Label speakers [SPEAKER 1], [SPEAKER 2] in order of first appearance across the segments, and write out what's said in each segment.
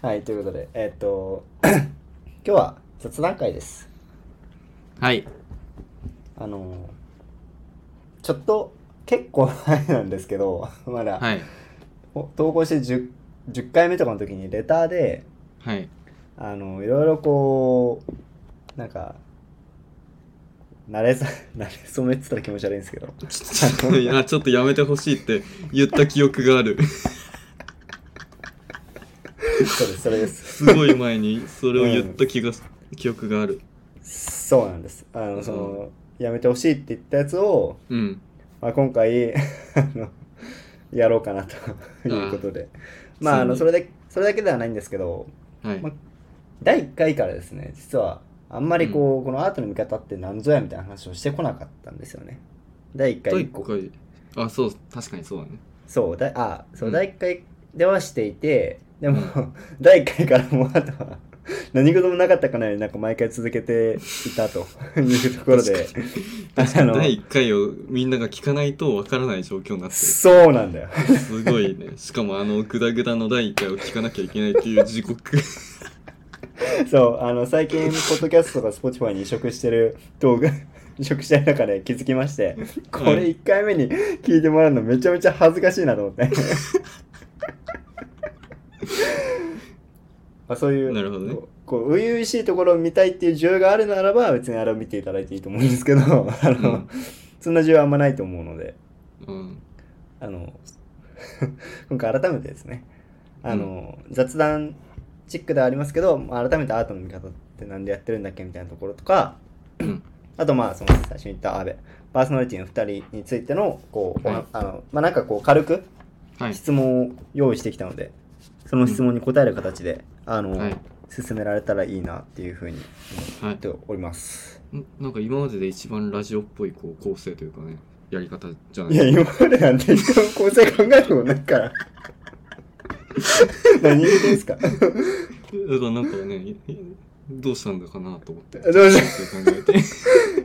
[SPEAKER 1] はい、ということで、えーっと、 今日は雑談会です。
[SPEAKER 2] はい。
[SPEAKER 1] あのー、ちょっと、結構前なんですけど、 まだ、
[SPEAKER 2] はい。
[SPEAKER 1] お投稿して 10, 10回目とかの時にレターで、
[SPEAKER 2] はい。
[SPEAKER 1] あの、いろいろこう、なんか、慣れさ、 慣れ染めって言ったら気持ち悪いんです けど、
[SPEAKER 2] ちょちょっと、いや、ちょっとやめてほしいって言った記憶があ る。
[SPEAKER 1] そうです、それです。
[SPEAKER 2] すごい前にそれを言った気が、記憶がある。
[SPEAKER 1] そうなんです。あの、その、やめてほしいって言ったやつを、
[SPEAKER 2] うん。
[SPEAKER 1] まあ、今回 あのやろうかなということでまああの
[SPEAKER 2] つ
[SPEAKER 1] そ
[SPEAKER 2] いに
[SPEAKER 1] れでそれだけではないんですけど
[SPEAKER 2] はい。
[SPEAKER 1] ま第1回からですね実はあんまりこう、このアートの見方って何ぞやみたいな話をしてこなかったんですよね第1
[SPEAKER 2] 第
[SPEAKER 1] 回以降
[SPEAKER 2] 1回。あ、そう、確かにそうだ ね。
[SPEAKER 1] そうだいあそう、
[SPEAKER 2] うん
[SPEAKER 1] 第1回ではしていてでも 第1回からもうあとは何事もなかったかのようになんか毎回続けていたというところであの
[SPEAKER 2] 第1回をみんなが聞かないとわからない状況になってる。
[SPEAKER 1] そうなんだよ
[SPEAKER 2] すごいね。しかもあの、グダグダの第1回を聞かなきゃいけないっていう地 獄。
[SPEAKER 1] そう、あの、最近、ポッドキャストとか Spotify に移植してる動画、 移植してる中で気づきまして、これ1回目に聞いてもらうのめちゃめちゃ恥ずかしいなと思 って。まあ、そういう、
[SPEAKER 2] なるほどね
[SPEAKER 1] こうこう、初々しいところを見たいっていう需要があるならば、別にあれを見ていただいていいと思うんですけど、あの、
[SPEAKER 2] うん
[SPEAKER 1] そんな需要はあんまないと思うので、
[SPEAKER 2] うん。
[SPEAKER 1] あの、 今回改めてですね、あの、雑談チックではありますけど、まあ改めてアートの見方ってなんでやってるんだっけみたいなところとか、
[SPEAKER 2] うん
[SPEAKER 1] あとまあ、その最初に言った阿部、パーソナリティの2人についての、こう、お
[SPEAKER 2] はい
[SPEAKER 1] あの、まあなんかこう、軽く
[SPEAKER 2] はい。
[SPEAKER 1] 質問を用意してきたので、その質問に答える形で、あの、
[SPEAKER 2] はい。
[SPEAKER 1] 進められたらいいなっていうふうに
[SPEAKER 2] は
[SPEAKER 1] 思っております。
[SPEAKER 2] い。んなんか今までで一番ラジオっぽいこう構成というかね、やり方じゃない
[SPEAKER 1] いや、今までなんて一回も構成考えることない から。何言ってんすか
[SPEAKER 2] だからなんかね、どうしたんだかなと思って。
[SPEAKER 1] どうしよ
[SPEAKER 2] そう考えて。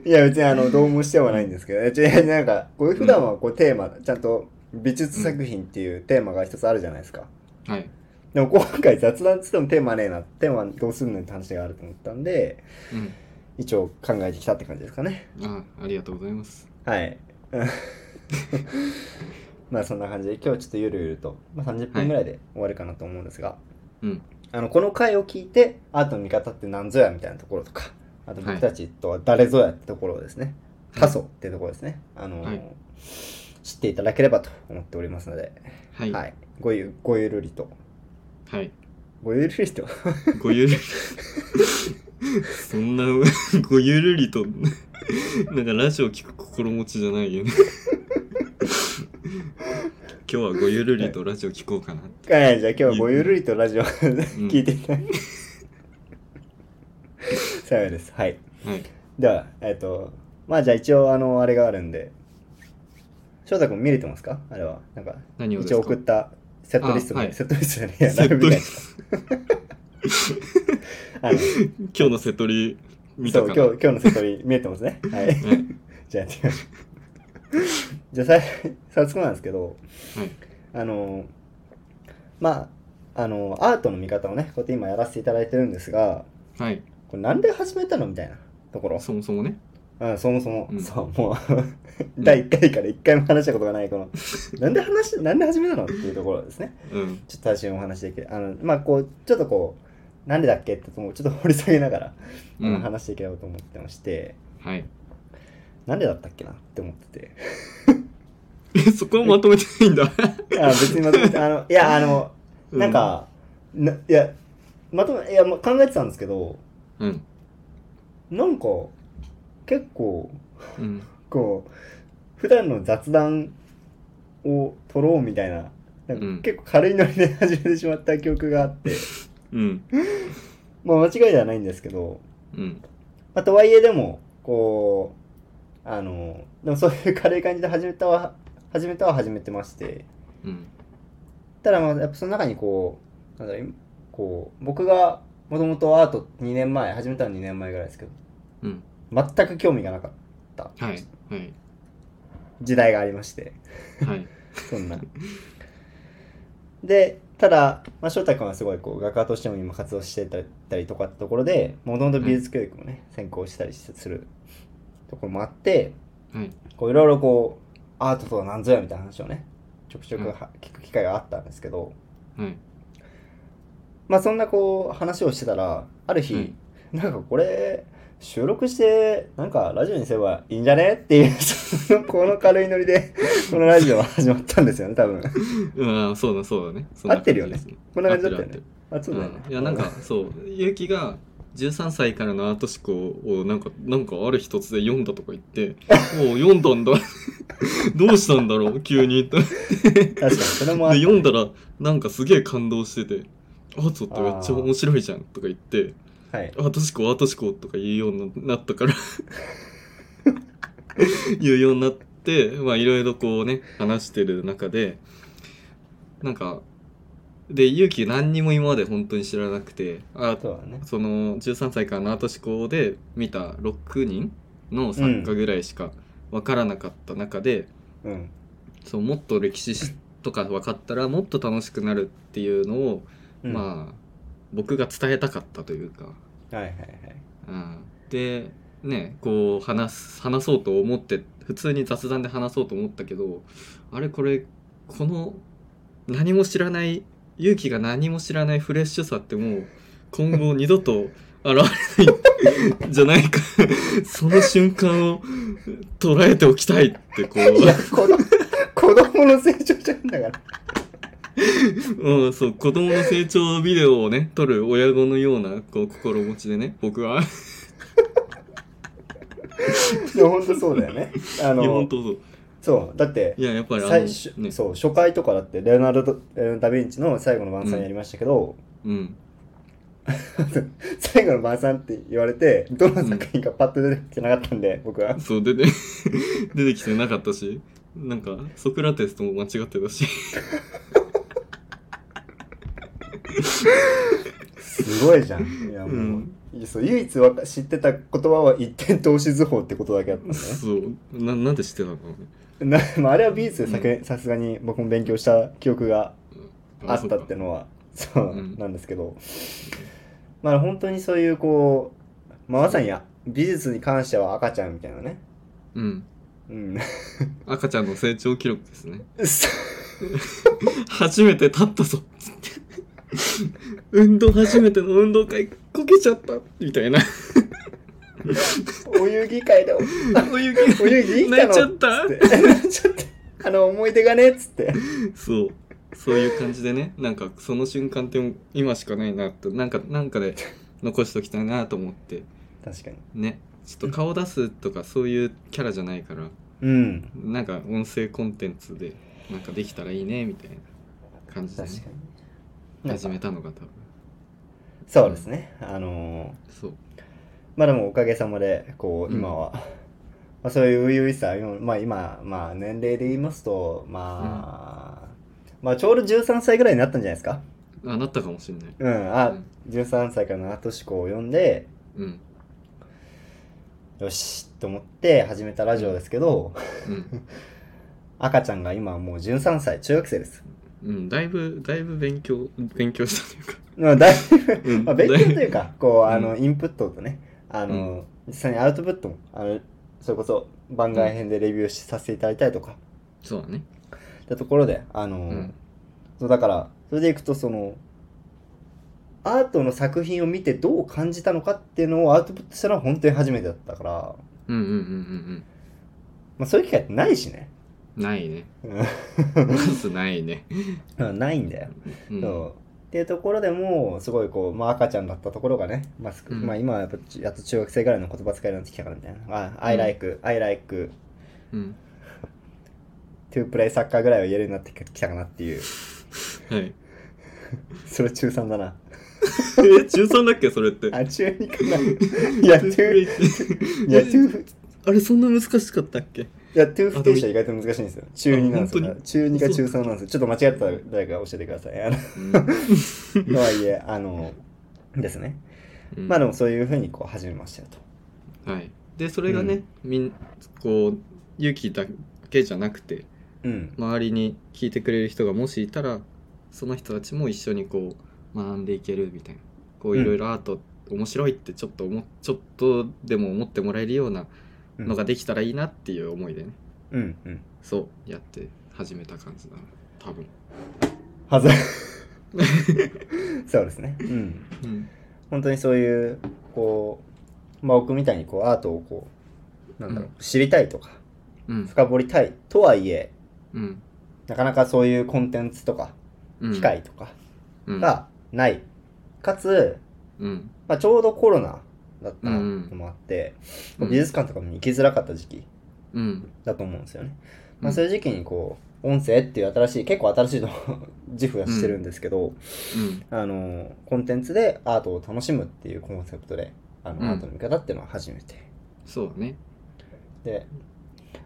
[SPEAKER 1] ういや別にあのどうもしてはないんですけど、ちななんかこういう普段はこうテーマ、ちゃんと美術作品っていうテーマが一つあるじゃないですか。
[SPEAKER 2] はい。
[SPEAKER 1] でも今回雑談っつってもテーマねえな、テーマどうすんのって話があると思ったんで、
[SPEAKER 2] うん。
[SPEAKER 1] 一応考えてきたって感じですかね。
[SPEAKER 2] あありがとうございます。
[SPEAKER 1] はい。うん まあそんな感じで今日はちょっとゆるゆると、まあ、30分ぐらいで終わるかなと思うんですが、
[SPEAKER 2] うん。
[SPEAKER 1] あのこの回を聞いてアートの見方って何ぞやみたいなところとかあと僕たちとは誰ぞやってところをですね、他ソっていうところですね、あのー
[SPEAKER 2] はい
[SPEAKER 1] 知っていただければと思っておりますので、
[SPEAKER 2] は。
[SPEAKER 1] はいい
[SPEAKER 2] はい。
[SPEAKER 1] ごゆごゆるりとごゆるりと
[SPEAKER 2] ごゆるり。そんな、ごゆるりと、なんかラジオ聞く心持ちじゃないよね。今日はごゆるりとラジオ聞こうかな。
[SPEAKER 1] はいじゃあ今日はごゆるりとラジオ 聞いていただいて、さようですはい
[SPEAKER 2] はい。
[SPEAKER 1] ではえっ、とまあじゃあ一応あのあれがあるんで翔太君見れてますかあれはなんか
[SPEAKER 2] 何をです
[SPEAKER 1] 一
[SPEAKER 2] か
[SPEAKER 1] 応送ったセットリストの、
[SPEAKER 2] あはい
[SPEAKER 1] セットリストじゃねえや
[SPEAKER 2] セット
[SPEAKER 1] 並び
[SPEAKER 2] リ
[SPEAKER 1] 替えあのそう
[SPEAKER 2] 今日のセトリ見たか
[SPEAKER 1] 今
[SPEAKER 2] な。
[SPEAKER 1] 日今日のセトリ見えてます ね。はい。
[SPEAKER 2] はい。
[SPEAKER 1] じゃあ、違うじゃあさい早速なんですけど、
[SPEAKER 2] はい。
[SPEAKER 1] あの、まあ、あの、アートの見方をね、こうやって今やらせていただいてるんですが、
[SPEAKER 2] はい。
[SPEAKER 1] これなんで始めたのみたいなところ。
[SPEAKER 2] そもそもね。
[SPEAKER 1] うん、そもそも、
[SPEAKER 2] うん
[SPEAKER 1] そう、 もう、第1回から1回も話したことがない、こ の、なんで話、なんで始めたのっていうところですね。
[SPEAKER 2] うん。
[SPEAKER 1] ちょっと最初にお話できる。あの、まあ、こう、ちょっとこう、なんでだっけってとこをちょっと掘り下げながら、あ
[SPEAKER 2] う
[SPEAKER 1] の
[SPEAKER 2] ん。
[SPEAKER 1] 話していければと思ってまして、
[SPEAKER 2] はい。
[SPEAKER 1] なんでだったっけなって思ってて。
[SPEAKER 2] え、そこはまとめてないんだ。
[SPEAKER 1] あ別にまとめ て、あの、いや、あの、なんか、ないや、まとめ、いや、ま考えてたんですけど、
[SPEAKER 2] うん。うん。
[SPEAKER 1] なんか、結構、
[SPEAKER 2] うん。
[SPEAKER 1] こう、普段の雑談を撮ろうみたいな、なん
[SPEAKER 2] う
[SPEAKER 1] か
[SPEAKER 2] ん
[SPEAKER 1] 結構軽いノリで始めてしまった記憶があって、
[SPEAKER 2] うん。
[SPEAKER 1] まあ間違いではないんですけど、
[SPEAKER 2] うん。
[SPEAKER 1] まあ、とはいえでも、こう、あの、でもそういう軽い感じで始めたは、始めたは始めてまして、
[SPEAKER 2] うん。
[SPEAKER 1] ただまあやっぱその中にこうなんだろう今こう僕がもともとアート2年前始めたの2年前ぐらいですけど
[SPEAKER 2] うん。
[SPEAKER 1] 全く興味がなかった
[SPEAKER 2] はい。はい。
[SPEAKER 1] 時代がありまして
[SPEAKER 2] はい。
[SPEAKER 1] そんなでただ、まあ、翔太君はすごいこう画家としても今活動してたりとかってところでもともと美術教育もね、専攻したりするところもあって
[SPEAKER 2] はい
[SPEAKER 1] こういろいろこうアートとは何ぞやみたいな話をねちょくちょくは聞く機会があったんですけど、
[SPEAKER 2] はい
[SPEAKER 1] まあそんなこう話をしてたらある日、
[SPEAKER 2] うん
[SPEAKER 1] なんかこれ収録してなんかラジオにすればいいんじゃねっていうそのこの軽いノリでこのラジオは始まったんですよね多分
[SPEAKER 2] うんそうだそうだねそんな
[SPEAKER 1] 合ってるよね
[SPEAKER 2] 感じです
[SPEAKER 1] こんな感じだった
[SPEAKER 2] 合
[SPEAKER 1] よ
[SPEAKER 2] って
[SPEAKER 1] ね
[SPEAKER 2] る
[SPEAKER 1] あそうだ
[SPEAKER 2] 合
[SPEAKER 1] よ
[SPEAKER 2] って
[SPEAKER 1] ね
[SPEAKER 2] る、うんいやなんかそう結城が13歳からのアート思考をなんかなんかある日突然読んだとか言って 「おう読んだん だどうしたんだろう急に」と
[SPEAKER 1] 確かにそれもあっ
[SPEAKER 2] で
[SPEAKER 1] た
[SPEAKER 2] 読んだらなんかすげえ感動してて「アートってめっちゃ面白いじゃん」とか言って
[SPEAKER 1] はい
[SPEAKER 2] 「アート思考アート思考」とか言うようになったから 言うようになってまあいろいろこうね話してる中でなんかで勇気何にも今まで本当に知らなくてアート
[SPEAKER 1] そうだね
[SPEAKER 2] その13歳からのアート思考で見た6人の作家ぐらいしか分からなかった中で、
[SPEAKER 1] うん
[SPEAKER 2] そうもっと歴史しとか分かったらもっと楽しくなるっていうのを、
[SPEAKER 1] うん
[SPEAKER 2] まあ僕が伝えたかったというか、
[SPEAKER 1] はいはいはい
[SPEAKER 2] うん、でねこう話す話そうと思って普通に雑談で話そうと思ったけどあれこれこの何も知らない勇気が何も知らないフレッシュさってもう今後二度と現れないんじゃないかその瞬間を捉えておきたいってこう
[SPEAKER 1] いや子供 子供の成長じゃんだから
[SPEAKER 2] うん、そう、子供の成長ビデオをね、撮る親子のような、こう、心持ちでね、僕は、
[SPEAKER 1] いや本当そうだよねあ
[SPEAKER 2] いや、
[SPEAKER 1] の
[SPEAKER 2] 本当そう。
[SPEAKER 1] そうだって
[SPEAKER 2] いや、やっぱりあの、
[SPEAKER 1] 最初
[SPEAKER 2] ね、
[SPEAKER 1] そう初回とかだってレオナルド・えーダ・ヴィンチの最後の晩餐やりましたけど、
[SPEAKER 2] うん。
[SPEAKER 1] 最後の晩餐って言われてどの作品かパッと出てきてなかったんで、僕は
[SPEAKER 2] そう、出て、 出てきてなかったし、なんか、ソクラテスとも間違ってたし、
[SPEAKER 1] すごいじゃんいやもう、
[SPEAKER 2] うん
[SPEAKER 1] いやそう唯一わか知ってた言葉は一点投資図法ってことだけだったんだね
[SPEAKER 2] そう、な、なんで知ってたのね。
[SPEAKER 1] なまあ、あれは美術でさけさすがに僕も勉強した記憶があっ
[SPEAKER 2] そ
[SPEAKER 1] た
[SPEAKER 2] か
[SPEAKER 1] ってのは そう
[SPEAKER 2] うん
[SPEAKER 1] なんですけど、まあ本当にそういうこう、まあ、まさにあ美術に関しては赤ちゃんみたいなね
[SPEAKER 2] うん。
[SPEAKER 1] うん
[SPEAKER 2] 赤ちゃんの成長記録ですね。
[SPEAKER 1] そ
[SPEAKER 2] 初めて立ったぞつって運動初めての運動会こけちゃったみたいな
[SPEAKER 1] お遊戯会でお
[SPEAKER 2] お湯気
[SPEAKER 1] お遊戯行
[SPEAKER 2] 泣い
[SPEAKER 1] っ
[SPEAKER 2] ち
[SPEAKER 1] た
[SPEAKER 2] ゃ
[SPEAKER 1] の
[SPEAKER 2] っ
[SPEAKER 1] ったつって ちょっとあの思い出がねっつって
[SPEAKER 2] そうそういう感じでねなんかその瞬間って今しかないなとなんかなんかで残しときたいなと思って
[SPEAKER 1] 確かに
[SPEAKER 2] ねちょっと顔出すとかそういうキャラじゃないから
[SPEAKER 1] うん
[SPEAKER 2] なんか音声コンテンツでなんかできたらいいねみたいな感じで、ね
[SPEAKER 1] 確、かになん
[SPEAKER 2] 始
[SPEAKER 1] か
[SPEAKER 2] めたのが多分
[SPEAKER 1] そうですねあのー
[SPEAKER 2] そう
[SPEAKER 1] まあでもおかげさまでこう
[SPEAKER 2] うん
[SPEAKER 1] 今は、まあ、そういう初々しさ今,、まあ、今、まあ、年齢で言いますとまあ、まあちょうど13歳ぐらいになったんじゃないですか
[SPEAKER 2] あなったかもしれない
[SPEAKER 1] うんあ、
[SPEAKER 2] うん
[SPEAKER 1] 13歳からのアート思考を読んで
[SPEAKER 2] うん
[SPEAKER 1] よしと思って始めたラジオですけど
[SPEAKER 2] うん、
[SPEAKER 1] 赤ちゃんが今はもう13歳中学生です、
[SPEAKER 2] うん、だいぶだいぶ勉強勉強したというか
[SPEAKER 1] まあ、だいぶ、
[SPEAKER 2] う ん
[SPEAKER 1] まあ、勉強というかこうあの、
[SPEAKER 2] う
[SPEAKER 1] インプットとねあの、実際にアウトプットもあのそれこそ番外編でレビューしさせていただいたりとか、
[SPEAKER 2] そうだね
[SPEAKER 1] ってところであの、
[SPEAKER 2] うん
[SPEAKER 1] そうだからそれでいくとそのアートの作品を見てどう感じたのかっていうのをアウトプットしたのは本当に初めてだったから、
[SPEAKER 2] うんうんうんうん
[SPEAKER 1] まあ、そういう機会ってないしね
[SPEAKER 2] うんないね
[SPEAKER 1] う
[SPEAKER 2] まずないね、
[SPEAKER 1] んないんだよ、
[SPEAKER 2] うん、
[SPEAKER 1] そうっていうところでもすごいこう、まあ、赤ちゃんだったところがね、まあすく
[SPEAKER 2] うん
[SPEAKER 1] まあ、今はやっぱちやっと中学生ぐらいの言葉使いになってきたからみたいな「あ I like、I like
[SPEAKER 2] うん、
[SPEAKER 1] to play サッカー」ぐらいは言えるようになってきたかなっていう
[SPEAKER 2] はい
[SPEAKER 1] それ中3だな
[SPEAKER 2] え中3だっけそれって
[SPEAKER 1] あ中2かない や中いや中2
[SPEAKER 2] あれそんな難しかったっけ
[SPEAKER 1] いや、トゥー不定詞は意外と難しいんですよ。中2なんです
[SPEAKER 2] あ
[SPEAKER 1] よ
[SPEAKER 2] 本当。に
[SPEAKER 1] 中2か中3なんですよ。ちょっと間違ってたら誰か教えてください。あの とはいえ、あの、ですね。まあでもそういうふうにこう始めましたよと。
[SPEAKER 2] はい、でそれがね、みんこう勇気だけじゃなくて
[SPEAKER 1] うん。
[SPEAKER 2] 周りに聞いてくれる人がもしいたらその人たちも一緒にこう学んでいけるみたいなこういろいろアート面白いってちょっと思ちょっとでも思ってもらえるようなのができたらいいなっていう思いでね、
[SPEAKER 1] うんうん。
[SPEAKER 2] そうやって始めた感じだな多分、
[SPEAKER 1] はず。 そうですね。うん。
[SPEAKER 2] うん、
[SPEAKER 1] 本当にそういう、こう、まあ、僕みたいにこうアートをこう、なんだろう、知りたいとか、
[SPEAKER 2] うん
[SPEAKER 1] 深掘りたいとはいえ、
[SPEAKER 2] うん
[SPEAKER 1] なかなかそういうコンテンツとか、
[SPEAKER 2] うん
[SPEAKER 1] 機会とか
[SPEAKER 2] うん
[SPEAKER 1] がない。かつ、
[SPEAKER 2] うん
[SPEAKER 1] まあ、ちょうどコロナだったのもあって、
[SPEAKER 2] うん
[SPEAKER 1] 美術館とかも行きづらかった時期
[SPEAKER 2] うん
[SPEAKER 1] だと思うんですよね。
[SPEAKER 2] うん
[SPEAKER 1] まあ、そういう時期にこう音声っていう新しい結構新しいの 自負はしてるんですけど、
[SPEAKER 2] うん
[SPEAKER 1] あのコンテンツでアートを楽しむっていうコンセプトであの、
[SPEAKER 2] うん
[SPEAKER 1] アートの見方っていうのは初めて
[SPEAKER 2] そうだね
[SPEAKER 1] で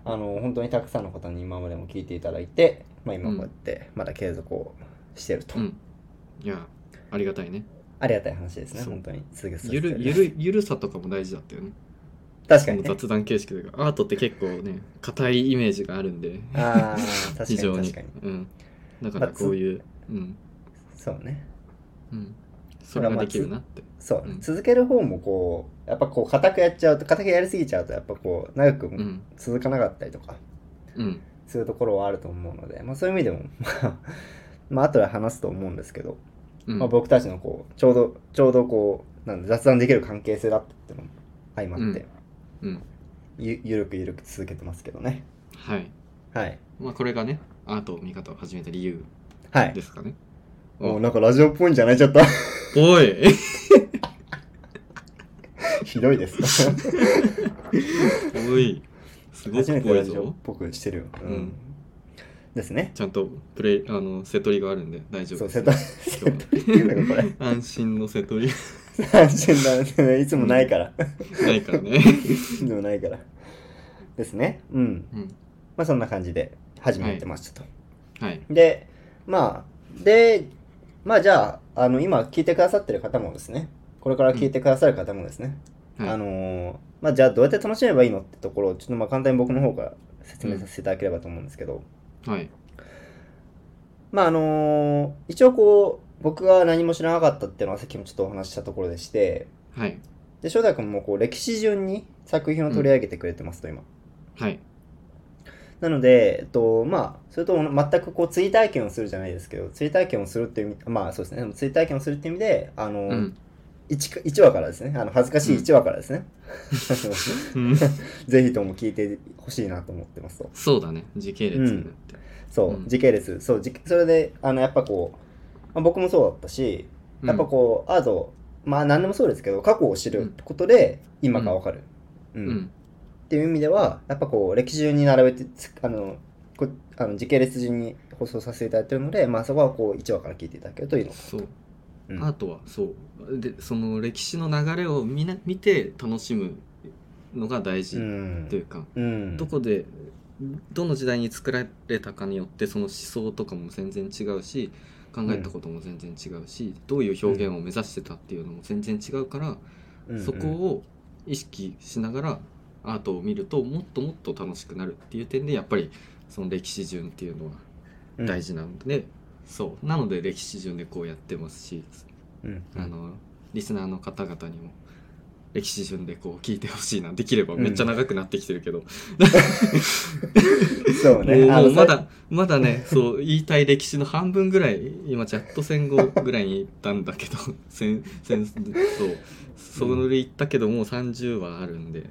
[SPEAKER 1] あの本当にたくさんの方に今までも聞いていただいて、まあ、今こうやってまだ継続をしてると、
[SPEAKER 2] うんいやありがたいね
[SPEAKER 1] ありがたい話ですね
[SPEAKER 2] そう
[SPEAKER 1] 本当に続けさせて
[SPEAKER 2] ゆ
[SPEAKER 1] いただ
[SPEAKER 2] る
[SPEAKER 1] いて
[SPEAKER 2] ゆるゆるさとかも大事だったよね
[SPEAKER 1] 確か
[SPEAKER 2] そ
[SPEAKER 1] に
[SPEAKER 2] の
[SPEAKER 1] ね
[SPEAKER 2] 雑談形式というかアートって結構ね硬いイメージがあるんで
[SPEAKER 1] ああ確
[SPEAKER 2] 非
[SPEAKER 1] かに
[SPEAKER 2] 常に
[SPEAKER 1] 確かに
[SPEAKER 2] うん、だからこういう、うん
[SPEAKER 1] そうね
[SPEAKER 2] うん、それができるなって、
[SPEAKER 1] そう、
[SPEAKER 2] うん
[SPEAKER 1] 続ける方もこうやっぱこう固くやっちゃうと固くやりすぎちゃうとやっぱこう長く
[SPEAKER 2] う
[SPEAKER 1] も
[SPEAKER 2] ん
[SPEAKER 1] 続かなかったりとか、
[SPEAKER 2] うん
[SPEAKER 1] するところはあると思うので、まあ、そういう意味でも、 まあ、まあ後で話すと思うんですけど、
[SPEAKER 2] うん
[SPEAKER 1] まあ、僕たちのこうちょうどちょうどこうなんだ雑談できる関係性だったっていうのも相まって、
[SPEAKER 2] うん
[SPEAKER 1] ゆゆるくゆるく続けてますけどね
[SPEAKER 2] はい、
[SPEAKER 1] はい
[SPEAKER 2] まあ、これがねアートを見方を始めた理由
[SPEAKER 1] はい
[SPEAKER 2] ですかね、
[SPEAKER 1] もうなんかラジオっぽいんじゃないちょっと
[SPEAKER 2] おい
[SPEAKER 1] ひどいです か
[SPEAKER 2] おいすご
[SPEAKER 1] 初
[SPEAKER 2] く
[SPEAKER 1] め
[SPEAKER 2] ぽ
[SPEAKER 1] て
[SPEAKER 2] い
[SPEAKER 1] ラジオっ
[SPEAKER 2] ぞ
[SPEAKER 1] ぽくしてるよ、うん
[SPEAKER 2] うん
[SPEAKER 1] ですね
[SPEAKER 2] ちゃんとプレイあの瀬取りがあるんで大丈
[SPEAKER 1] そ
[SPEAKER 2] 夫
[SPEAKER 1] う
[SPEAKER 2] です
[SPEAKER 1] 瀬戸瀬戸っていうのかこれ
[SPEAKER 2] 安心の瀬取り
[SPEAKER 1] 安心だ ねいつもないから
[SPEAKER 2] が ないからね、
[SPEAKER 1] いつもないからですねうん
[SPEAKER 2] うん、
[SPEAKER 1] まあそんな感じで始めてましたと、
[SPEAKER 2] はい
[SPEAKER 1] でまあでまあじゃああの今聞いてくださってる方もですねこれから聞いてくださる方もですね、
[SPEAKER 2] はい
[SPEAKER 1] あのーまあじゃあどうやって楽しめばいいのってところをちょっとまあ簡単に僕の方から説明させていただければと思うんですけど、
[SPEAKER 2] はい
[SPEAKER 1] まああのー一応こう僕が何も知らなかったっていうのはさっきもちょっとお話ししたところでして
[SPEAKER 2] はい
[SPEAKER 1] で翔太君もこう歴史順に作品を取り上げてくれてますと今、
[SPEAKER 2] はい
[SPEAKER 1] なので、えっと、まあ、それと全くこう追体験をするじゃないですけど、追体験をするっていう意味、まあそうですね、でも追体験をするっていう意味で、あの、
[SPEAKER 2] うん
[SPEAKER 1] 一 1, 話からですね、あの恥ずかしい1話からですね、
[SPEAKER 2] うん
[SPEAKER 1] ぜひとも聞いてほしいなと思ってますと。
[SPEAKER 2] そうだね時系列になって、
[SPEAKER 1] そう、
[SPEAKER 2] うん
[SPEAKER 1] 時系列、そう、時それで、あの、やっぱこう、まあ、僕もそうだったし、
[SPEAKER 2] うん
[SPEAKER 1] やっぱこう、アート、まあ何でもそうですけど、過去を知ることで今がわかる。
[SPEAKER 2] う
[SPEAKER 1] うん
[SPEAKER 2] ん
[SPEAKER 1] っていう意味ではやっぱこう歴史順に並べてつあのこあの時系列順に放送させていただいてるので、まあ、そこはこう1話から聞いていただけるといいのか
[SPEAKER 2] そう、
[SPEAKER 1] うん
[SPEAKER 2] アートはそうでその歴史の流れを見な見て楽しむのが大
[SPEAKER 1] う
[SPEAKER 2] 事
[SPEAKER 1] ん
[SPEAKER 2] というか、
[SPEAKER 1] うん
[SPEAKER 2] どこでどの時代に作られたかによってその思想とかも全然違うし考えたことも全然違うし、どういう表現を目指してたっていうのも全然違うから、
[SPEAKER 1] うんうん
[SPEAKER 2] そこを意識しながらアートを見るともっともっと楽しくなるっていう点でやっぱりその歴史順っていうのは大事なので、そうなので歴史順でこうやってますし
[SPEAKER 1] うん
[SPEAKER 2] あのリスナーの方々にも歴史順でこう聞いてほしいなできればめっちゃ長くなってきてるけど、
[SPEAKER 1] そうね
[SPEAKER 2] もう
[SPEAKER 1] あ
[SPEAKER 2] も
[SPEAKER 1] の
[SPEAKER 2] うまだまだねそう言いたい歴史の半分ぐらい今チャット戦後ぐらいに行ったんだけど 戦戦そうそれ行ったけどもう30話あるんで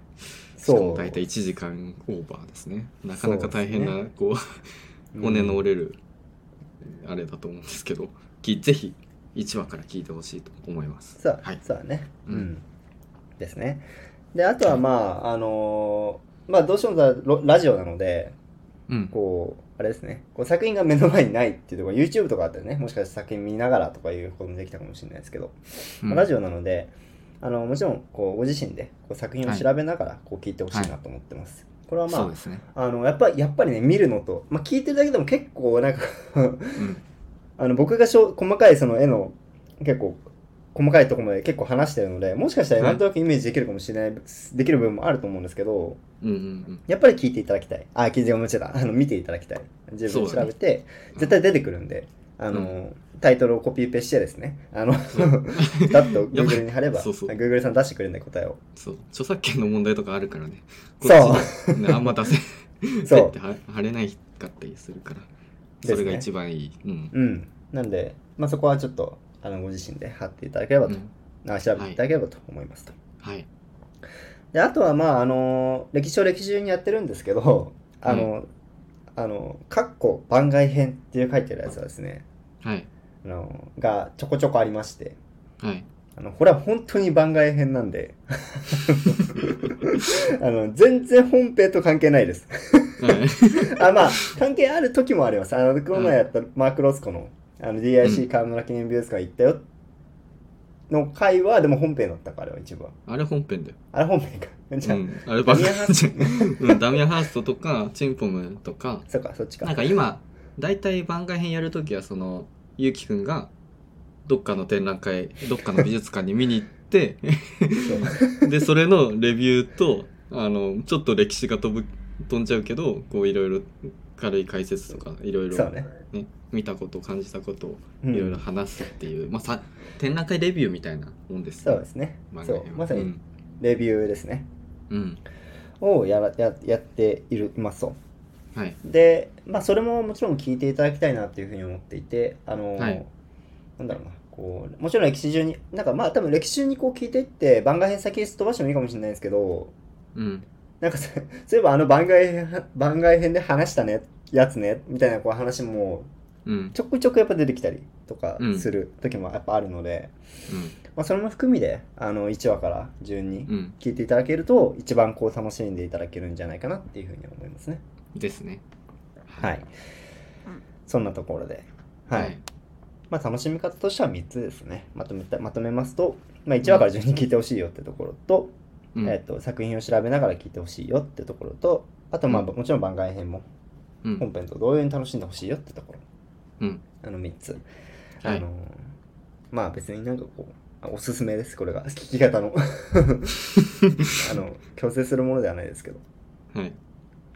[SPEAKER 2] し
[SPEAKER 1] そ
[SPEAKER 2] か
[SPEAKER 1] う
[SPEAKER 2] も大体1時間オーバーですねなかなか大変な
[SPEAKER 1] そう
[SPEAKER 2] こう骨の
[SPEAKER 1] うん
[SPEAKER 2] 折れるあれだと思うんですけどきぜひ1話から聞いてほしいと思います。
[SPEAKER 1] さあ、
[SPEAKER 2] はい
[SPEAKER 1] さあね、
[SPEAKER 2] うん
[SPEAKER 1] ですねであとはまああのーまあどうしてもさロラジオなので
[SPEAKER 2] うん
[SPEAKER 1] こうあれですねこう作品が目の前にないっていうところ YouTube とかあったらねもしかして作品見ながらとかいうこともできたかもしれないですけど
[SPEAKER 2] うん
[SPEAKER 1] ラジオなのであのもちろんこうご自身でこう作品を調べながらこう聞いてほしいなと思ってます。これはま
[SPEAKER 2] そう
[SPEAKER 1] あ
[SPEAKER 2] ですね、
[SPEAKER 1] あのやっぱやっぱりね見るのと、まあ、聞いてるだけでも結構なんか
[SPEAKER 2] うん
[SPEAKER 1] あの僕がしょ細かいその絵の結構細かいところまで結構話してるのでもしかしたら
[SPEAKER 2] はい
[SPEAKER 1] なんとなくイメージできるかもしれない、できる部分もあると思うんですけど
[SPEAKER 2] うんうん
[SPEAKER 1] やっぱり聞いていただきたいあ聞いてもちろんあの見ていただきたい自分
[SPEAKER 2] そ
[SPEAKER 1] で
[SPEAKER 2] うだ
[SPEAKER 1] 調
[SPEAKER 2] ね
[SPEAKER 1] べて、絶対出てくるんであの、
[SPEAKER 2] う
[SPEAKER 1] タイトルをコピペしてですね、あの、だっと Google に貼れば、
[SPEAKER 2] そうそう
[SPEAKER 1] Google さん出してくれるんだよ答えを。
[SPEAKER 2] そう著作権の問題とかあるからねこっち
[SPEAKER 1] そう
[SPEAKER 2] ねあんま 出せ
[SPEAKER 1] そう
[SPEAKER 2] ペッては貼れないかったりするから
[SPEAKER 1] です
[SPEAKER 2] そ
[SPEAKER 1] ね
[SPEAKER 2] れが一番いい、うん
[SPEAKER 1] うん。なんで、まあ、そこはちょっと、あの、ご自身で貼っていただければ
[SPEAKER 2] う
[SPEAKER 1] と、
[SPEAKER 2] ん
[SPEAKER 1] あ調べていただければと思いますと。
[SPEAKER 2] はい
[SPEAKER 1] で、あとは、まあ、あの、歴史を歴史中にやってるんですけど、あの、あの、カッコ番外編っていう書いてるやつはですね、
[SPEAKER 2] はい
[SPEAKER 1] あの、がちょこちょこありまして、
[SPEAKER 2] はい
[SPEAKER 1] あの、これは本当に番外編なんで、 あの、全然本編と関係ないです。
[SPEAKER 2] はい
[SPEAKER 1] あ、まあ、関係ある時もあります。あの、この前やったマーク・ロスコの、あの、
[SPEAKER 2] う
[SPEAKER 1] DIC
[SPEAKER 2] ん
[SPEAKER 1] 河村記念美術館行ったよ、の回は、でも本編だったから、一部は。
[SPEAKER 2] あれ本編だよ、
[SPEAKER 1] あれ本編か。 じ
[SPEAKER 2] う
[SPEAKER 1] ゃあ、
[SPEAKER 2] ん、あれ
[SPEAKER 1] ダ
[SPEAKER 2] 番
[SPEAKER 1] ミア
[SPEAKER 2] 外
[SPEAKER 1] ンハー
[SPEAKER 2] 編 うんダミアンハーストとかチンポムとか
[SPEAKER 1] そっか、そっちか。
[SPEAKER 2] なんか今大体番外編やるときはそのゆうきくんがどっかの展覧会どっかの美術館に見に行って でそれのレビューとあのちょっと歴史が飛ぶ飛んじゃうけどこういろいろ軽い解説とかいろい
[SPEAKER 1] そう
[SPEAKER 2] ろ、
[SPEAKER 1] ね。
[SPEAKER 2] ね、見たこと感じたことを
[SPEAKER 1] うん
[SPEAKER 2] いろいろ話すっていう、まあ、さ展覧会レビューみたいなもんです、
[SPEAKER 1] そうですね。
[SPEAKER 2] 漫
[SPEAKER 1] そ
[SPEAKER 2] 画
[SPEAKER 1] う
[SPEAKER 2] 編、は
[SPEAKER 1] まさ
[SPEAKER 2] う
[SPEAKER 1] に
[SPEAKER 2] ん
[SPEAKER 1] レビューですね。
[SPEAKER 2] うん
[SPEAKER 1] をやらややっているいますと。
[SPEAKER 2] はい
[SPEAKER 1] で、まあ、それももちろん聞いていただきたいなっていうふうに思っていて、あのー
[SPEAKER 2] はい
[SPEAKER 1] なんだろうな、こう、もちろん歴史中に、なんかまあ、多分歴史中にこう聞いていって、番外編先にすっ飛ばしてもいいかもしれないですけど、
[SPEAKER 2] うん
[SPEAKER 1] なんか そそういえばあの番外編、番外編で話したね、やつね、みたいなこう話も、
[SPEAKER 2] うんうん
[SPEAKER 1] ちょくちょくやっぱ出てきたりとか
[SPEAKER 2] うん
[SPEAKER 1] する時もやっぱあるので、まあ、それも含みで、あの、1話から順に
[SPEAKER 2] うん
[SPEAKER 1] 聞いていただけると、一番こう楽しんでいただけるんじゃないかなっていうふうに思いますね。
[SPEAKER 2] ですね
[SPEAKER 1] はい。そんなところで。はい。まあ、楽しみ方としては3つですね。まとめたまとめますと、まあ、1話から順に聞いてほしいよってところと、
[SPEAKER 2] うん
[SPEAKER 1] えっと、作品を調べながら聞いてほしいよってところと、あと、まあ、
[SPEAKER 2] うん
[SPEAKER 1] もちろん番外編も
[SPEAKER 2] うん
[SPEAKER 1] 本編と同様に楽しんでほしいよってところ、
[SPEAKER 2] うん
[SPEAKER 1] あの3つ。
[SPEAKER 2] はい
[SPEAKER 1] あのーまあ、別になんかこう、あおすすめです、これが。 聞き方 の。あの、強制するものではないですけど。
[SPEAKER 2] はい。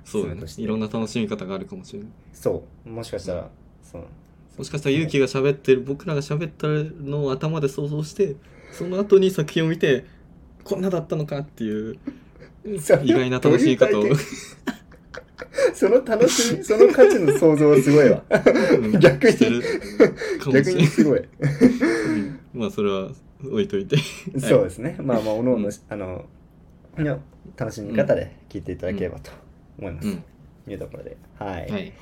[SPEAKER 2] そうだ
[SPEAKER 1] それ
[SPEAKER 2] ね
[SPEAKER 1] とし。て
[SPEAKER 2] いろんな楽しみ方があるかもしれない。
[SPEAKER 1] そう、もしかしたら、そう。
[SPEAKER 2] もしかしたら、ゆうきが喋ってる、僕らが喋ったのを頭で想像して、その後に作品を見て、こんなだったのかっていう、意
[SPEAKER 1] それ
[SPEAKER 2] 外な楽しみ方
[SPEAKER 1] ど
[SPEAKER 2] を
[SPEAKER 1] うい。 その楽しみ、 その価値の想像はすごいわ。
[SPEAKER 2] うん
[SPEAKER 1] 逆に
[SPEAKER 2] してるかも
[SPEAKER 1] 逆
[SPEAKER 2] しれな
[SPEAKER 1] に
[SPEAKER 2] い。
[SPEAKER 1] すごい。
[SPEAKER 2] うんまあ、それは置いといて。い
[SPEAKER 1] そうですね。まあまあ、おのおの
[SPEAKER 2] うん、
[SPEAKER 1] あの、の楽しみ方で聞いていただければと思います。
[SPEAKER 2] うん。
[SPEAKER 1] いうところで。はい。
[SPEAKER 2] はい。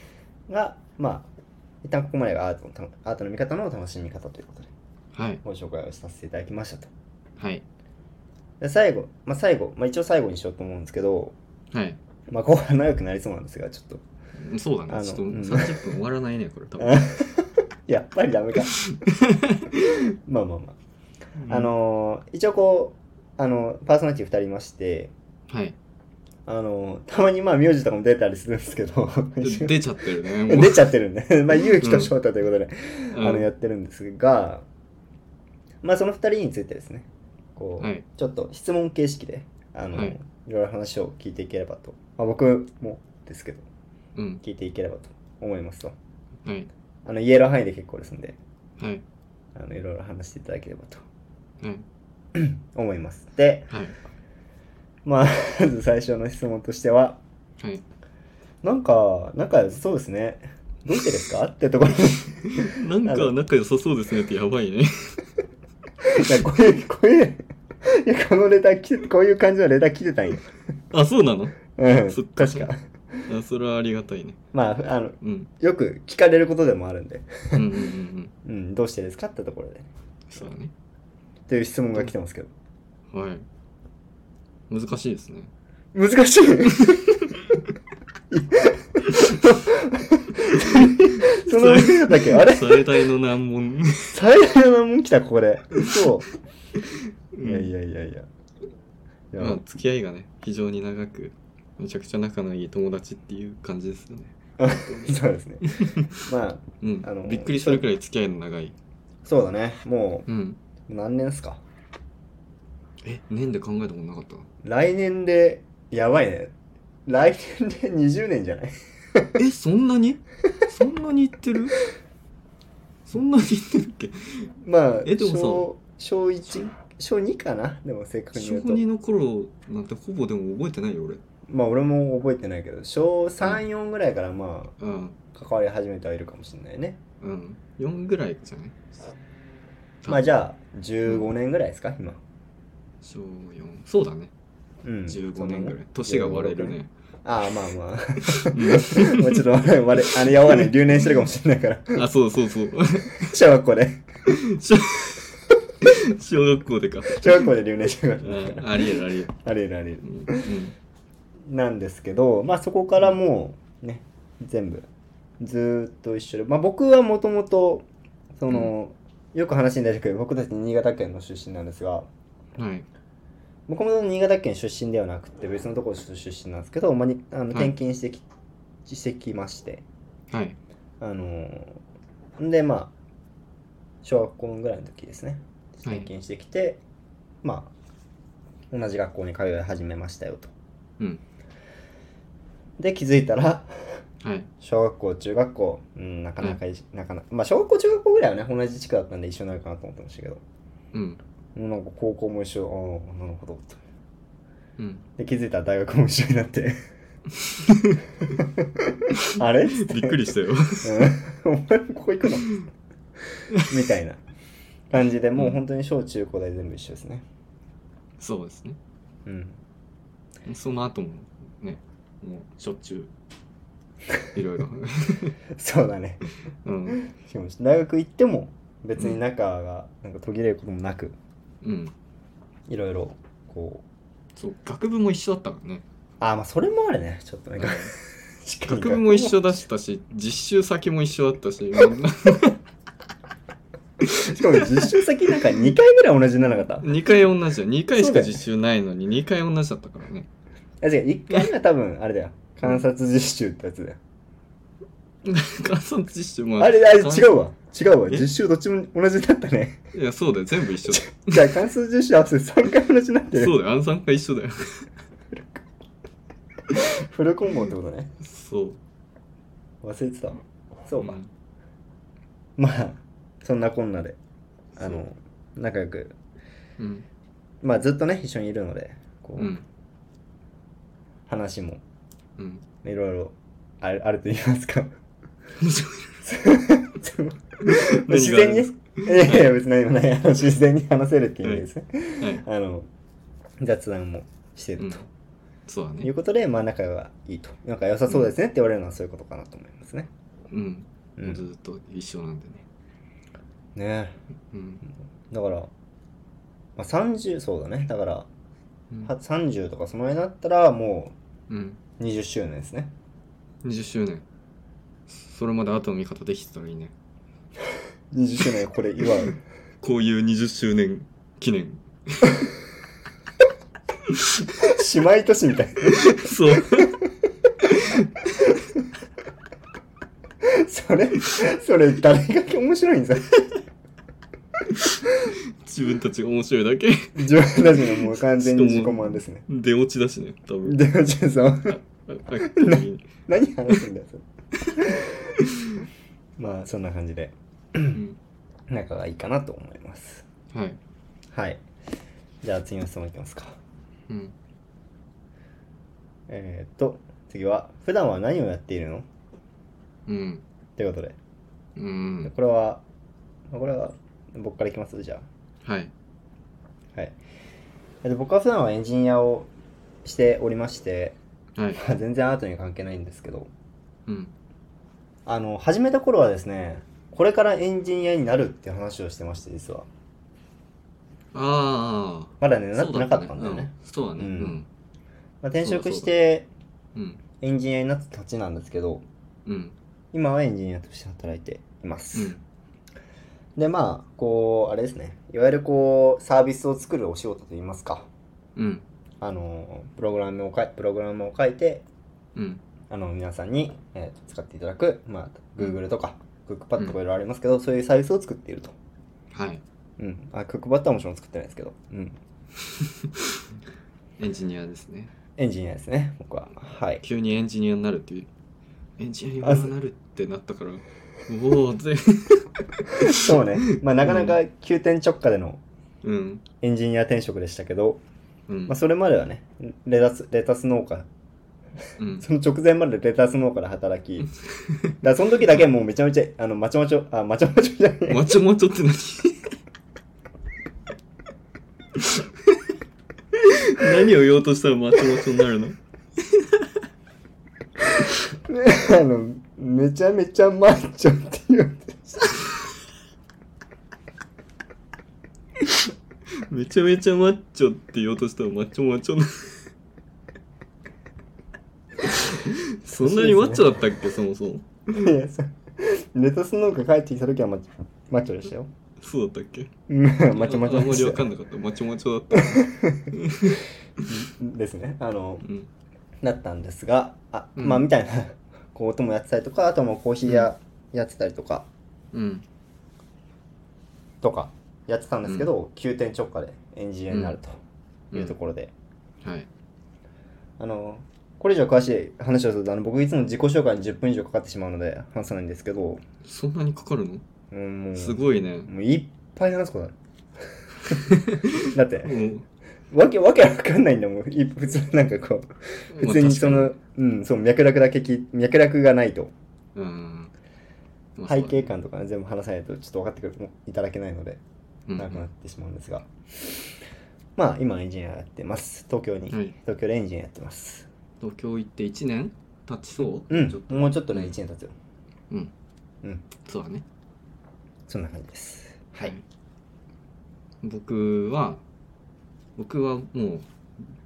[SPEAKER 1] が、まあ、一旦ここまでがアートのアートの見方の楽しみ方ということで、
[SPEAKER 2] はい。
[SPEAKER 1] ご紹介をさせていただきましたと。
[SPEAKER 2] はい。
[SPEAKER 1] で最後、まあ最後、まあ一応最後にしようと思うんですけど、
[SPEAKER 2] はい。
[SPEAKER 1] まあ後半長くなりそうなんですが、ちょっと。
[SPEAKER 2] そうだ
[SPEAKER 1] あの
[SPEAKER 2] ね。ちょっと
[SPEAKER 1] うん
[SPEAKER 2] 30分終わらないね、これ多分。
[SPEAKER 1] やっぱりダメか。 まあまあまあ。あ、のー一応こうあのパーソナリティ2人いまして
[SPEAKER 2] はい。
[SPEAKER 1] あのーたまにまあ名字とかも出たりするんですけど
[SPEAKER 2] で出ちゃってるね。も う
[SPEAKER 1] 出ちゃってるんで まあ勇気と翔太ということで、
[SPEAKER 2] うん
[SPEAKER 1] あのやってるんですがまあその2人についてですねこう、
[SPEAKER 2] はい
[SPEAKER 1] ちょっと質問形式であの、
[SPEAKER 2] はい
[SPEAKER 1] い、ろいろ話を聞いていければと、まあ、僕もですけど
[SPEAKER 2] うん。
[SPEAKER 1] 聞いていければと思いますと
[SPEAKER 2] はい。
[SPEAKER 1] あの言える範囲で結構ですんで
[SPEAKER 2] はい。
[SPEAKER 1] あのいろいろ話していただければと
[SPEAKER 2] はい。
[SPEAKER 1] 思いますで
[SPEAKER 2] はい。
[SPEAKER 1] まあ まず最初の質問としては
[SPEAKER 2] はい。
[SPEAKER 1] なんか、なんか、そうですね。どうしてですかってところに、
[SPEAKER 2] なんか仲良さそうですねってやばいね。
[SPEAKER 1] いや、こういう、こういう、いや、このレター来て、こういう感じのレター来てたんよ。
[SPEAKER 2] あ、そうなの
[SPEAKER 1] うん、
[SPEAKER 2] そっか
[SPEAKER 1] 確か。
[SPEAKER 2] あそれはありがたいね。
[SPEAKER 1] まあ、あの、
[SPEAKER 2] うん。
[SPEAKER 1] よく聞かれることでもあるんで、
[SPEAKER 2] うんうんうんうん。
[SPEAKER 1] うん、どうしてですかってところで、
[SPEAKER 2] そうだね。
[SPEAKER 1] という質問が来てますけど。
[SPEAKER 2] はい。難しいですね。
[SPEAKER 1] 難しい その上だったっけあれ
[SPEAKER 2] 最大の難 問。
[SPEAKER 1] 最大のもん来た、ここで。嘘。
[SPEAKER 2] うん
[SPEAKER 1] いやいやいやいや。いや
[SPEAKER 2] まあ、付き合いがね、非常に長く、めちゃくちゃ仲のいい友達っていう感じですよね。
[SPEAKER 1] そう ですね。まあ、
[SPEAKER 2] うん。
[SPEAKER 1] あの
[SPEAKER 2] びっくりするくらい付き合いの長い。
[SPEAKER 1] そうだね。も
[SPEAKER 2] うん。
[SPEAKER 1] う、何年っすか
[SPEAKER 2] え、年で考えたことなかったわ
[SPEAKER 1] 来年で、やばいね。来年で20年じゃない
[SPEAKER 2] え、そんなにそんなに言ってるそんなに言ってるっけ
[SPEAKER 1] まあ
[SPEAKER 2] えでもさ
[SPEAKER 1] 小小1小2かなでも正確に
[SPEAKER 2] 小
[SPEAKER 1] 言うと
[SPEAKER 2] 2の頃なんてほぼでも覚えてないよ俺
[SPEAKER 1] まあ俺も覚えてないけど小34ぐらいからま
[SPEAKER 2] うん
[SPEAKER 1] あ関わり始めてはいるかもしれないね
[SPEAKER 2] うん4ぐらいじゃない
[SPEAKER 1] まあじゃあ15年ぐらいですか今
[SPEAKER 2] 小4そうだね
[SPEAKER 1] うん
[SPEAKER 2] 15年ぐらい年が割れるね
[SPEAKER 1] ああまあまあ
[SPEAKER 2] う
[SPEAKER 1] もうちょっと割れ割れあれやわね留年してるかもしれないから
[SPEAKER 2] んあそうそうそう
[SPEAKER 1] 小学校で
[SPEAKER 2] 小小学校でか
[SPEAKER 1] 小学校で留年してる
[SPEAKER 2] う
[SPEAKER 1] か
[SPEAKER 2] んありえるありえる
[SPEAKER 1] らありえるありえる
[SPEAKER 2] うんうん
[SPEAKER 1] なんですけどまあそこからもうね全部ずーっと一緒でまあ僕はもともとその、よく話に出てくる僕たち新潟県の出身なんですが
[SPEAKER 2] はい。
[SPEAKER 1] 僕もともと新潟県出身ではなくて別のところ出身なんですけど、まあ、にあの
[SPEAKER 2] はい
[SPEAKER 1] 転勤してき,、してきまして
[SPEAKER 2] はい。
[SPEAKER 1] あのーんでまあ小学校ぐらいの時ですね
[SPEAKER 2] はい
[SPEAKER 1] 転勤してきて、まあ同じ学校に通い始めましたよと
[SPEAKER 2] うん。
[SPEAKER 1] で気づいたら
[SPEAKER 2] はい。
[SPEAKER 1] 小学校中学校、うん、なかなかいじ、なかなかまあ小学校中学校ぐらいはね同じ地区だったんで一緒になるかなと思ってましたけど
[SPEAKER 2] うん。
[SPEAKER 1] もうなんか高校も一緒ああなるほどと
[SPEAKER 2] うん。
[SPEAKER 1] で気づいたら大学も一緒になってあれ
[SPEAKER 2] びっくりしたよ。
[SPEAKER 1] うんお前もここ行くの みたいな感じでもう本当に小中高大全部一緒ですね
[SPEAKER 2] そうですね。
[SPEAKER 1] うん
[SPEAKER 2] その後も、ね、もうしょっちゅう、いろい ろ。
[SPEAKER 1] そうだね
[SPEAKER 2] うん。
[SPEAKER 1] しかも大学行っても別に仲がなんか途切れることもなく
[SPEAKER 2] うん。
[SPEAKER 1] いろいろこう
[SPEAKER 2] そう、学部も一緒だったからね。
[SPEAKER 1] あーまあそれもあるねちょっとね
[SPEAKER 2] 学部も一緒だったし、実習先も一緒だったし、2
[SPEAKER 1] しかも実習先なんか2回ぐらい同じにならなかった
[SPEAKER 2] 回同じだ。2回しか実習ないのに、2回同じだったからね。
[SPEAKER 1] あ違う1回目は多分あれだよ観察実習ってやつだよ
[SPEAKER 2] 観察実習も
[SPEAKER 1] あれあれ違
[SPEAKER 2] う。
[SPEAKER 1] うわ違うわ
[SPEAKER 2] え
[SPEAKER 1] 実習どっちも同じだったね
[SPEAKER 2] いや、そうだよ。全部一緒
[SPEAKER 1] じゃあ観察実習合わせて3回同じになって
[SPEAKER 2] だよ。
[SPEAKER 1] る
[SPEAKER 2] そうだよ。暗算が一緒だよ。
[SPEAKER 1] フルコンボってことね
[SPEAKER 2] そう。
[SPEAKER 1] 忘れてたわそうか、
[SPEAKER 2] ん
[SPEAKER 1] まあそんなこんなであ
[SPEAKER 2] そ
[SPEAKER 1] の仲良く
[SPEAKER 2] うん。
[SPEAKER 1] まあずっとね一緒にいるのでこう、
[SPEAKER 2] うん。
[SPEAKER 1] 話も
[SPEAKER 2] うん。
[SPEAKER 1] いろいろあるあると言いますか 自然にね いやいや別に何もないあの自然に話せるっていう意味ですね、
[SPEAKER 2] はい、
[SPEAKER 1] あの雑談もして
[SPEAKER 2] う
[SPEAKER 1] る
[SPEAKER 2] ん
[SPEAKER 1] と、
[SPEAKER 2] そうだ
[SPEAKER 1] い
[SPEAKER 2] ね
[SPEAKER 1] う。ことで、まあ仲がいいとなんか良さそうですねって言われるのはそういうことかなと思いますね、
[SPEAKER 2] うん。
[SPEAKER 1] う
[SPEAKER 2] ず
[SPEAKER 1] ん、
[SPEAKER 2] っと一緒なんでね。
[SPEAKER 1] ね
[SPEAKER 2] うん。
[SPEAKER 1] だから、まあ、30そうだねだからは
[SPEAKER 2] うん
[SPEAKER 1] 30とかその辺だったらも
[SPEAKER 2] うん。
[SPEAKER 1] う20周年ですね
[SPEAKER 2] 20周年。それまで後の見方できてたらいいね。
[SPEAKER 1] 20周年これ祝う
[SPEAKER 2] こういう20周年記念。
[SPEAKER 1] 姉妹都市みたいな
[SPEAKER 2] そう。
[SPEAKER 1] それそれ誰が面白いんですか
[SPEAKER 2] 自分たちが面白いだけ。
[SPEAKER 1] 自分たちのもう完全に自己満ですね
[SPEAKER 2] 出落ちだしね、多分。
[SPEAKER 1] でもちゃんさん
[SPEAKER 2] ああ次に
[SPEAKER 1] 何話すんだよそれまあそんな感じで
[SPEAKER 2] うん
[SPEAKER 1] 仲がいいかなと思います
[SPEAKER 2] はい。
[SPEAKER 1] はいじゃあ次の質問いきますか
[SPEAKER 2] うん。
[SPEAKER 1] えー、っと次は普段は何をやっているの
[SPEAKER 2] うん。
[SPEAKER 1] ということで
[SPEAKER 2] うん。
[SPEAKER 1] これはこれは僕からいきますじゃ
[SPEAKER 2] はい。
[SPEAKER 1] あはいえっと僕は普段はエンジニアをしておりまして、
[SPEAKER 2] はい。
[SPEAKER 1] まあ、全然アートには関係ないんですけど
[SPEAKER 2] うん。
[SPEAKER 1] あの始めた頃はですねこれからエンジニアになるっていう話をしてまして実は
[SPEAKER 2] あ
[SPEAKER 1] まだね
[SPEAKER 2] あ。
[SPEAKER 1] なってなかったんだよね、
[SPEAKER 2] うんそうだね。う
[SPEAKER 1] うん
[SPEAKER 2] ん。
[SPEAKER 1] まあ、転職
[SPEAKER 2] そうだそうだ
[SPEAKER 1] して
[SPEAKER 2] うん。
[SPEAKER 1] エンジニアになったたちなんですけど
[SPEAKER 2] うん。
[SPEAKER 1] 今はエンジニアとして働いていま
[SPEAKER 2] う
[SPEAKER 1] す、
[SPEAKER 2] ん。
[SPEAKER 1] でまあこうあれですねいわゆるこうサービスを作るお仕事といいますか
[SPEAKER 2] うん。
[SPEAKER 1] あのプログラムを書いプログラムを書いて
[SPEAKER 2] うん。
[SPEAKER 1] あの皆さんに、えー使っていただく、まあ、Google とか Cookpad とかいろいろありますけど、そういうサービスを作っていると、
[SPEAKER 2] はい。
[SPEAKER 1] うん、あ Cookpad はもちろん作ってないですけど、うん、
[SPEAKER 2] エンジニアですね。
[SPEAKER 1] エンジニアですね僕ははい
[SPEAKER 2] 急にエンジニアになるっていうエンジニアになるってなったからおおぜ
[SPEAKER 1] そうね。 まあなかなか急転直下での
[SPEAKER 2] うん
[SPEAKER 1] エンジニア転職でしたけど、
[SPEAKER 2] うん
[SPEAKER 1] まあそれまではね、レタス、レタス農家、
[SPEAKER 2] うん
[SPEAKER 1] その直前までレタス農家で働き、だからその時だけもうめちゃめちゃ、あの、まちょまちょ、あ、まちょまちょじゃない。
[SPEAKER 2] もちょもち ょって何何を言おうとしたらもちょもちょになるの
[SPEAKER 1] ねあの、めちゃめちゃマッチョって言う。
[SPEAKER 2] めちゃめちゃマッチョって言おうとしたらマッチョマッチョなそんなにマッチョだったっけ、そもそも
[SPEAKER 1] いやそうレタス農家帰ってきた時はマッチョマッチョでしたよ。
[SPEAKER 2] そうだったっけ
[SPEAKER 1] うんマッチョマッチ
[SPEAKER 2] あ
[SPEAKER 1] ョで
[SPEAKER 2] あんまりわ
[SPEAKER 1] した
[SPEAKER 2] か
[SPEAKER 1] よ
[SPEAKER 2] んなかったマッチョマッチョだった、
[SPEAKER 1] ですね。あの、
[SPEAKER 2] うん、
[SPEAKER 1] だったんですが、あ、
[SPEAKER 2] うん
[SPEAKER 1] まあみたいなこともやってたりとか、あともうコーヒー屋やってたりとか、
[SPEAKER 2] うん
[SPEAKER 1] とかやってたんですけど、急転直下でエンジニアになるというところで、
[SPEAKER 2] はい
[SPEAKER 1] あのこれ以上詳しい話をするとあの僕いつも自己紹介に10分以上かかってしまうので話さないんですけど、
[SPEAKER 2] そんなにかかるの
[SPEAKER 1] うん、もう
[SPEAKER 2] すごいね
[SPEAKER 1] もういっぱい話すことあるだって
[SPEAKER 2] もう
[SPEAKER 1] わけわけわかんないんだもんい普通なんかこう普通にその、
[SPEAKER 2] まあ確か
[SPEAKER 1] うんそう脈絡だけ聞い脈絡がないと
[SPEAKER 2] にうんまあ
[SPEAKER 1] 背景感とか全部話さないとちょっと分かってくるいただけないので
[SPEAKER 2] うん
[SPEAKER 1] なくなってしまうんですが、まあ今エンジニアやってます東京に、
[SPEAKER 2] はい
[SPEAKER 1] 東京でエンジニアやってます
[SPEAKER 2] 東京行って1年経ちそう
[SPEAKER 1] う
[SPEAKER 2] ちょっ
[SPEAKER 1] ん
[SPEAKER 2] と
[SPEAKER 1] もうちょっとね
[SPEAKER 2] う
[SPEAKER 1] 1
[SPEAKER 2] ん
[SPEAKER 1] 年経つよ
[SPEAKER 2] うん
[SPEAKER 1] うん
[SPEAKER 2] そうだね
[SPEAKER 1] そんな感じですはい
[SPEAKER 2] 僕は僕はもう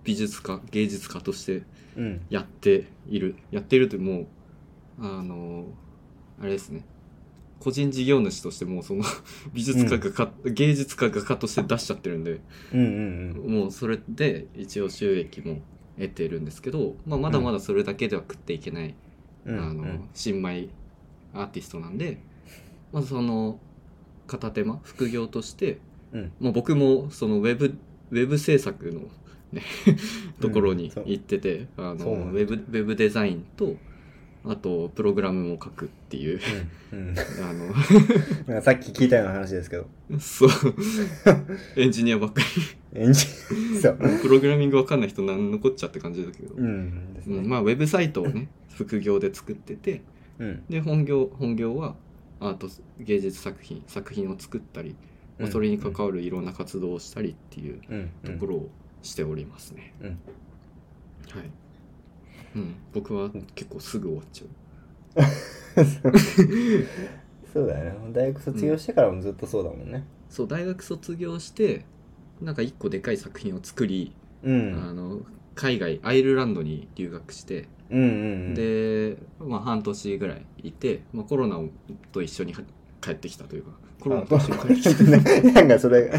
[SPEAKER 2] 美術家芸術家として
[SPEAKER 1] うん
[SPEAKER 2] やっているやっているというもうあのあれですね個人事業主としてもうその 美術家画家、芸術家画家として出しちゃってるんで
[SPEAKER 1] うんうん
[SPEAKER 2] もうそれで一応収益も得てるんですけど、まあ、まだまだそれだけでは食っていけない、
[SPEAKER 1] うんうん
[SPEAKER 2] あの新米アーティストなんで、まあ、その片手間副業として
[SPEAKER 1] うん
[SPEAKER 2] まあ、僕もそのウェブウェブ制作の、 ね、ところに
[SPEAKER 1] そう
[SPEAKER 2] 行ってて、あのウ
[SPEAKER 1] そうなんだ
[SPEAKER 2] ェブウェブデザインとあとプログラムも書くっていう
[SPEAKER 1] うんうん
[SPEAKER 2] あ
[SPEAKER 1] なんか さっき聞いたような話ですけど
[SPEAKER 2] の そうエンジニアばっか
[SPEAKER 1] エンジニアそう
[SPEAKER 2] りプログラミングわかんない人なんのこっちゃって感じだけど、
[SPEAKER 1] うんですね
[SPEAKER 2] うんまあウェブサイトをね副業で作ってて
[SPEAKER 1] うん
[SPEAKER 2] で本業本業はアート芸術作品作品を作ったり、まあ、それに関わるいろんな活動をしたりっていう
[SPEAKER 1] うんう
[SPEAKER 2] と
[SPEAKER 1] ん
[SPEAKER 2] ころをしておりますね。
[SPEAKER 1] うん
[SPEAKER 2] はい。うん、僕は結構すぐ終わっちゃう。
[SPEAKER 1] そうだよね大学卒業してからもずっとそうだもんね
[SPEAKER 2] そう大学卒業してなんか一個でかい作品を作り、
[SPEAKER 1] うん
[SPEAKER 2] あの海外アイルランドに留学して、
[SPEAKER 1] うんうんうん
[SPEAKER 2] で、まあ、半年ぐらいいて、まあ、コロナと一緒に帰ってきたというかコロナと一緒に帰ってきた。
[SPEAKER 1] なんかそれ、 なんか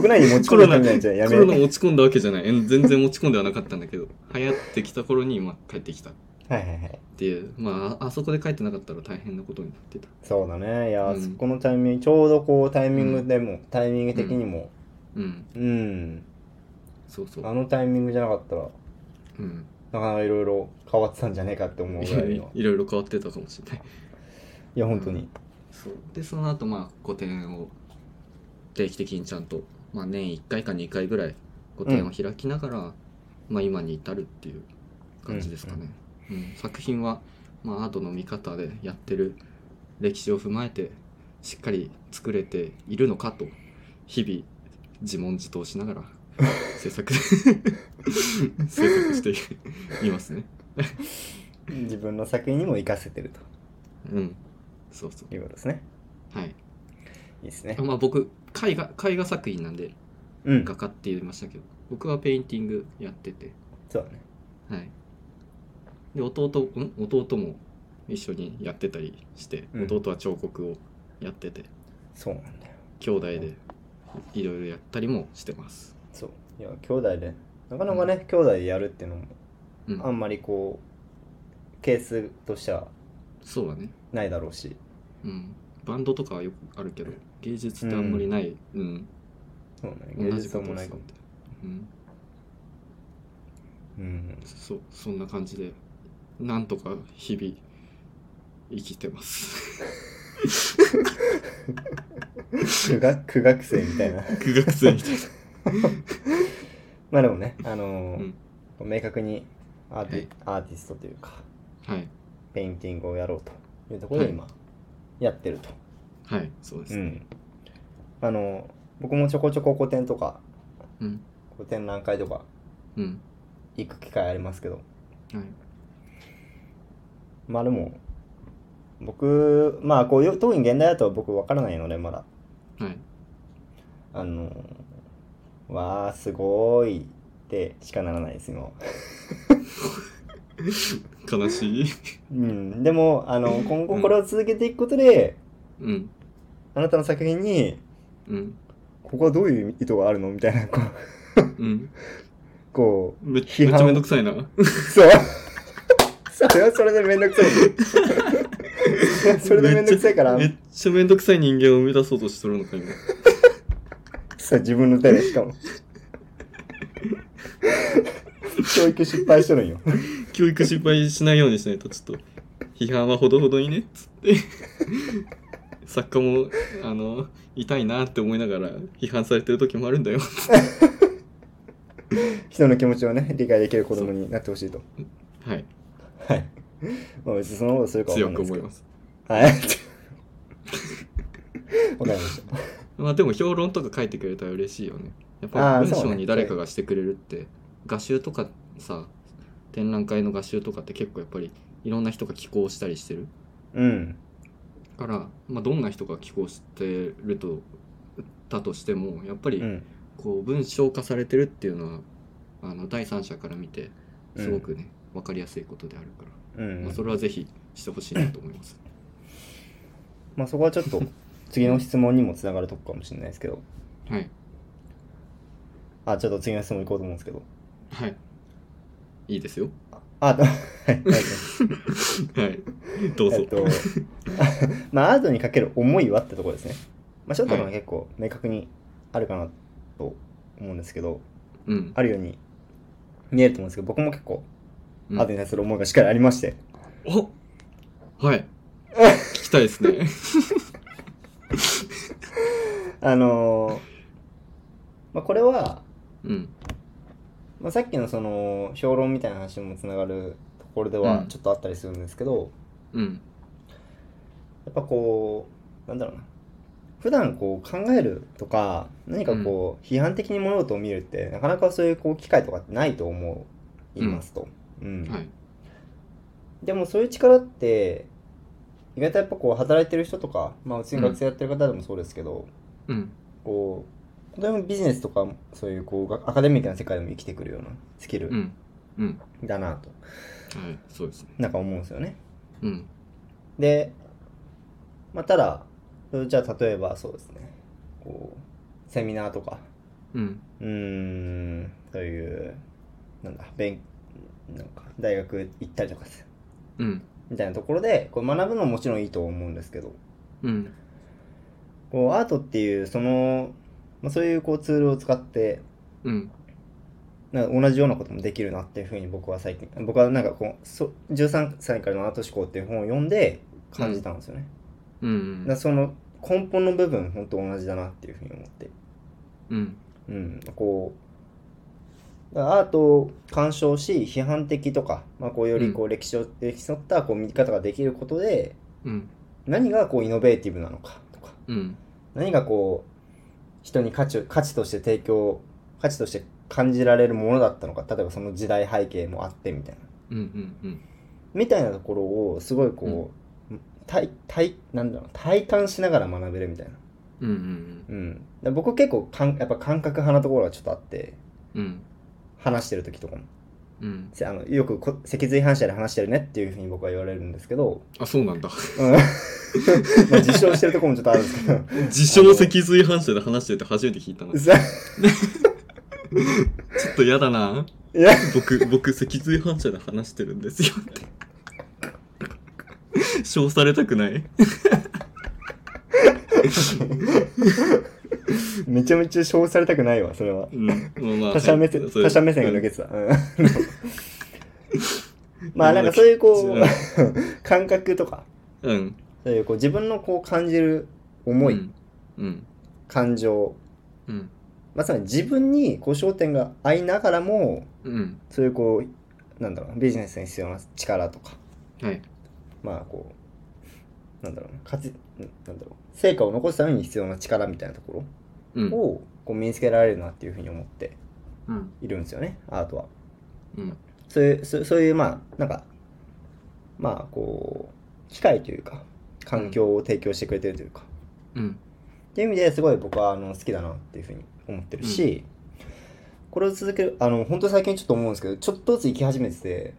[SPEAKER 1] 国内に持ち
[SPEAKER 2] コ
[SPEAKER 1] 込
[SPEAKER 2] ロ
[SPEAKER 1] んだ
[SPEAKER 2] ナ
[SPEAKER 1] みたいなんじゃんや
[SPEAKER 2] コ
[SPEAKER 1] め
[SPEAKER 2] ロナ
[SPEAKER 1] はい
[SPEAKER 2] 持ち込んだわけじゃないえん全然持ち込んではなかったんだけど流行ってきた頃に、まあ、帰ってきたっ
[SPEAKER 1] はいはい。
[SPEAKER 2] ていうまあああそこで帰ってなかったら大変なことになってた
[SPEAKER 1] そうだね。いや、
[SPEAKER 2] うん
[SPEAKER 1] そこのタイミング、ちょうどこうタイミングでも、タイミング的にも、
[SPEAKER 2] うん
[SPEAKER 1] うん、
[SPEAKER 2] そうそう
[SPEAKER 1] あのタイミングじゃなかったら、
[SPEAKER 2] うん
[SPEAKER 1] なかなかいろいろ変わってたんじゃねえかって思うぐらいの。
[SPEAKER 2] いろいろ変わってたかもしれない
[SPEAKER 1] いや、本当に。
[SPEAKER 2] そうでその後まあ個展を定期的にちゃんと、まあ、年1回か2回ぐらい個展を開きながら、まあ、今に至るっていう感じですかね、うん作品は、まあ、アートの見方でやってる歴史を踏まえてしっかり作れているのかと日々自問自答しな がら制 作制作していますね
[SPEAKER 1] 自分の作品にも活かせてる
[SPEAKER 2] うんそうそう
[SPEAKER 1] ということですね。
[SPEAKER 2] はい
[SPEAKER 1] いいですね
[SPEAKER 2] あ。まあ僕絵画絵画作品なんで
[SPEAKER 1] うん
[SPEAKER 2] 画。家って言いましたけど僕はペインティングやってて
[SPEAKER 1] そうだね。
[SPEAKER 2] はいで弟ん弟も一緒にやってたりして、
[SPEAKER 1] うん
[SPEAKER 2] 弟は彫刻をやってて
[SPEAKER 1] そうなんだよ。
[SPEAKER 2] 兄弟でいろいろやったりもしてます
[SPEAKER 1] そう。いや、兄弟で、なかなかね、兄弟でやるっていうのも、
[SPEAKER 2] うん
[SPEAKER 1] あんまりこう、ケースとしては
[SPEAKER 2] そうだね
[SPEAKER 1] ないだろうし。
[SPEAKER 2] うんバンドとかはよくあるけど芸術ってあんまりない、うん
[SPEAKER 1] そうね。芸
[SPEAKER 2] 同じ
[SPEAKER 1] 術
[SPEAKER 2] こ
[SPEAKER 1] はも
[SPEAKER 2] とを
[SPEAKER 1] うない
[SPEAKER 2] する
[SPEAKER 1] かも
[SPEAKER 2] っ。てうん
[SPEAKER 1] うん。
[SPEAKER 2] そうそんな感じでなんとか日々生き てます。
[SPEAKER 1] 苦学 苦学生みたいな
[SPEAKER 2] 苦学生みたいな。
[SPEAKER 1] まあでもねあのー明確にアーティ,、ア
[SPEAKER 2] はい
[SPEAKER 1] ーティストというか
[SPEAKER 2] はい。
[SPEAKER 1] ペインティングをやろうというところで今やってると、
[SPEAKER 2] はい、そうです
[SPEAKER 1] う
[SPEAKER 2] ね。
[SPEAKER 1] んあの僕もちょこちょこ個展とか
[SPEAKER 2] うん。
[SPEAKER 1] 個展覧会とか
[SPEAKER 2] うん。
[SPEAKER 1] 行く機会ありますけど
[SPEAKER 2] はい。
[SPEAKER 1] まあでも僕まあこうよ特に現代だと僕わからないのでまだ
[SPEAKER 2] はい。
[SPEAKER 1] あのわあすごいってしかならないです今は
[SPEAKER 2] 悲しい。
[SPEAKER 1] うんでもあ の今後これを続けていくことで、
[SPEAKER 2] うん。
[SPEAKER 1] あなたの作品に
[SPEAKER 2] うん。
[SPEAKER 1] ここはどういう意図があるのみたいなこう
[SPEAKER 2] うん。
[SPEAKER 1] こ
[SPEAKER 2] めめっち
[SPEAKER 1] 批判
[SPEAKER 2] ゃめんどくさいな。
[SPEAKER 1] う そうそれはそれでめんどくさい それでめんどくさいから
[SPEAKER 2] めっちゃめんどくさい人間を生み出そうとしとるの か、今。
[SPEAKER 1] そう自分の手でしかも教育失敗しとるんよ
[SPEAKER 2] 教育失敗しないようにしないと、ちょっと。批判はほどほどにね、つって。作家も、あの、痛いなって思いながら批判されてる時もあるんだよ。
[SPEAKER 1] 人の気持ちをね理解できる子供になってほしいと
[SPEAKER 2] はい。
[SPEAKER 1] はいまあ別にそのことするかわか
[SPEAKER 2] 強
[SPEAKER 1] んない
[SPEAKER 2] く
[SPEAKER 1] です
[SPEAKER 2] 思
[SPEAKER 1] け
[SPEAKER 2] い
[SPEAKER 1] ど
[SPEAKER 2] ます。
[SPEAKER 1] はいわかりました
[SPEAKER 2] まあでも評論とか書いてくれたら嬉しいよね。やっ
[SPEAKER 1] あ
[SPEAKER 2] ぱ
[SPEAKER 1] ー
[SPEAKER 2] 文
[SPEAKER 1] そう
[SPEAKER 2] 章
[SPEAKER 1] ね
[SPEAKER 2] に誰かがしてくれるって、画集とかさ、展覧会の画集とかって結構やっぱりいろんな人が寄稿したりしてる
[SPEAKER 1] うん
[SPEAKER 2] から、まあ、どんな人が寄稿してるとだとしてもやっぱ
[SPEAKER 1] う
[SPEAKER 2] り
[SPEAKER 1] ん
[SPEAKER 2] こう文章化されてるっていうのはあの第三者から見て
[SPEAKER 1] うん
[SPEAKER 2] すごくね、分かりやすいことであるから、
[SPEAKER 1] うん
[SPEAKER 2] まあ、それはぜひしてほしいなと思います。
[SPEAKER 1] まあそこはちょっと次の質問にもつながるとこかもしれないですけど
[SPEAKER 2] はい、
[SPEAKER 1] あちょっと次の質問行こうと思うんですけど
[SPEAKER 2] はい、いいですよ。
[SPEAKER 1] あとはい大丈夫です
[SPEAKER 2] はい、どうぞ。
[SPEAKER 1] えっと まあアートにかける思いはってところですねまあ翔太君は
[SPEAKER 2] はい
[SPEAKER 1] 結構明確にあるかなと思うんですけど、
[SPEAKER 2] うん、
[SPEAKER 1] あるように見えると思うんですけど僕も結構
[SPEAKER 2] うん
[SPEAKER 1] アートに対する思いがしっかりありまして、
[SPEAKER 2] おはい。聞きたいですね。
[SPEAKER 1] あのーまあ、これは、
[SPEAKER 2] うん。
[SPEAKER 1] まあ、さっきのその評論みたいな話にもつながるところでは
[SPEAKER 2] うん
[SPEAKER 1] ちょっとあったりするんですけど、
[SPEAKER 2] うん。
[SPEAKER 1] やっぱこうなんだろうな普段こう考えるとか何かこう批判的に物事を見るって、なかなかそういうこう機会とかってないと思いますと、うん
[SPEAKER 2] はい。
[SPEAKER 1] でもそういう力って意外とやっぱこう働いてる人とか、まあ、うちに学生やってる方でもそうですけど、
[SPEAKER 2] うん。
[SPEAKER 1] こう例えばビジネスとかそういうこうがアカデミックな世界でも生きてくるようなスキ
[SPEAKER 2] う
[SPEAKER 1] ル
[SPEAKER 2] ん。うん。
[SPEAKER 1] だなと、
[SPEAKER 2] はい。そうですね。
[SPEAKER 1] なんか思うんですよね。
[SPEAKER 2] うん。
[SPEAKER 1] で、まあ、ただじゃあ例えばそうですねこうセミナーとか
[SPEAKER 2] うん。
[SPEAKER 1] うーんそういうなんだ勉なんか大学行ったりとかする
[SPEAKER 2] うん。
[SPEAKER 1] みたいなところでこう学ぶのももちろんいいと思うんですけど
[SPEAKER 2] うん。
[SPEAKER 1] こうアートっていうその、まあ、そういうこうツールを使って
[SPEAKER 2] うん。
[SPEAKER 1] なんか同じようなこともできるなっていうふうに僕は最近僕はなんかこうそ13歳からのアート思考っていう本を読んで感じたんですよね、
[SPEAKER 2] う
[SPEAKER 1] だ
[SPEAKER 2] ん
[SPEAKER 1] から。その根本の部分本当同じだなっていうふうに思って
[SPEAKER 2] うん。
[SPEAKER 1] うんこうだからアートを鑑賞し批判的とか、まあ、こうよりこう歴史を歴史に沿ったこう見方ができることで
[SPEAKER 2] うん。
[SPEAKER 1] 何がこうイノベーティブなのかとか
[SPEAKER 2] うん。
[SPEAKER 1] 何がこう人に価値を価値として提供価値として感じられるものだったのか例えばその時代背景もあってみたいな
[SPEAKER 2] うん。うん。
[SPEAKER 1] みたいなところをすごいこう、体体なんだろう体感しながら学べるみたいな、
[SPEAKER 2] うん。う
[SPEAKER 1] う
[SPEAKER 2] ん。
[SPEAKER 1] ん、だから僕結構かんやっぱ感覚派なところがちょっとあって
[SPEAKER 2] うん。
[SPEAKER 1] 話してる時とかも
[SPEAKER 2] うん。
[SPEAKER 1] せあのよくこ脊髄反射で話してるねっていうふうに僕は言われるんですけど、
[SPEAKER 2] あ、そうな んだ。
[SPEAKER 1] うんまあ自称してるところもちょっとあるんですけ ど
[SPEAKER 2] 自称脊髄反射で話してて初めて聞いたな。ち
[SPEAKER 1] さ
[SPEAKER 2] ょっと嫌だな。
[SPEAKER 1] いや
[SPEAKER 2] 僕、僕、脊髄反射で話してるんですよって。称されたくない。
[SPEAKER 1] めちゃめちゃ称されたくないわそれは
[SPEAKER 2] うん。まあまあ
[SPEAKER 1] 他者目線、
[SPEAKER 2] はい
[SPEAKER 1] 他者目線が抜けてた。うん まあなんかそういうこ
[SPEAKER 2] うん
[SPEAKER 1] う、感覚とか、
[SPEAKER 2] うん
[SPEAKER 1] そういうこう自分のこう感じる思い、
[SPEAKER 2] うんうん
[SPEAKER 1] 感情
[SPEAKER 2] うん
[SPEAKER 1] まさに自分にこう焦点が合いながらも
[SPEAKER 2] うん
[SPEAKER 1] そういうこうなんだろうなビジネスに必要な力とか
[SPEAKER 2] はい
[SPEAKER 1] まあこうなんだろうな勝ちなんだろう成果を残すために必要な力みたいなとこ
[SPEAKER 2] う
[SPEAKER 1] ろ
[SPEAKER 2] ん
[SPEAKER 1] をこう身につけられるなっていうふうに思って
[SPEAKER 2] うん
[SPEAKER 1] いるんですよねアートは。
[SPEAKER 2] うん
[SPEAKER 1] そういうそそういうまあなんかまあこう機会というか環境を提供してくれてるというか、
[SPEAKER 2] うん
[SPEAKER 1] っていう意味ですごい僕はあの好きだなっていうふうに思ってるし、これを続けるあの本当最近ちょっと思うんですけどちょっとずつ生き始めてて、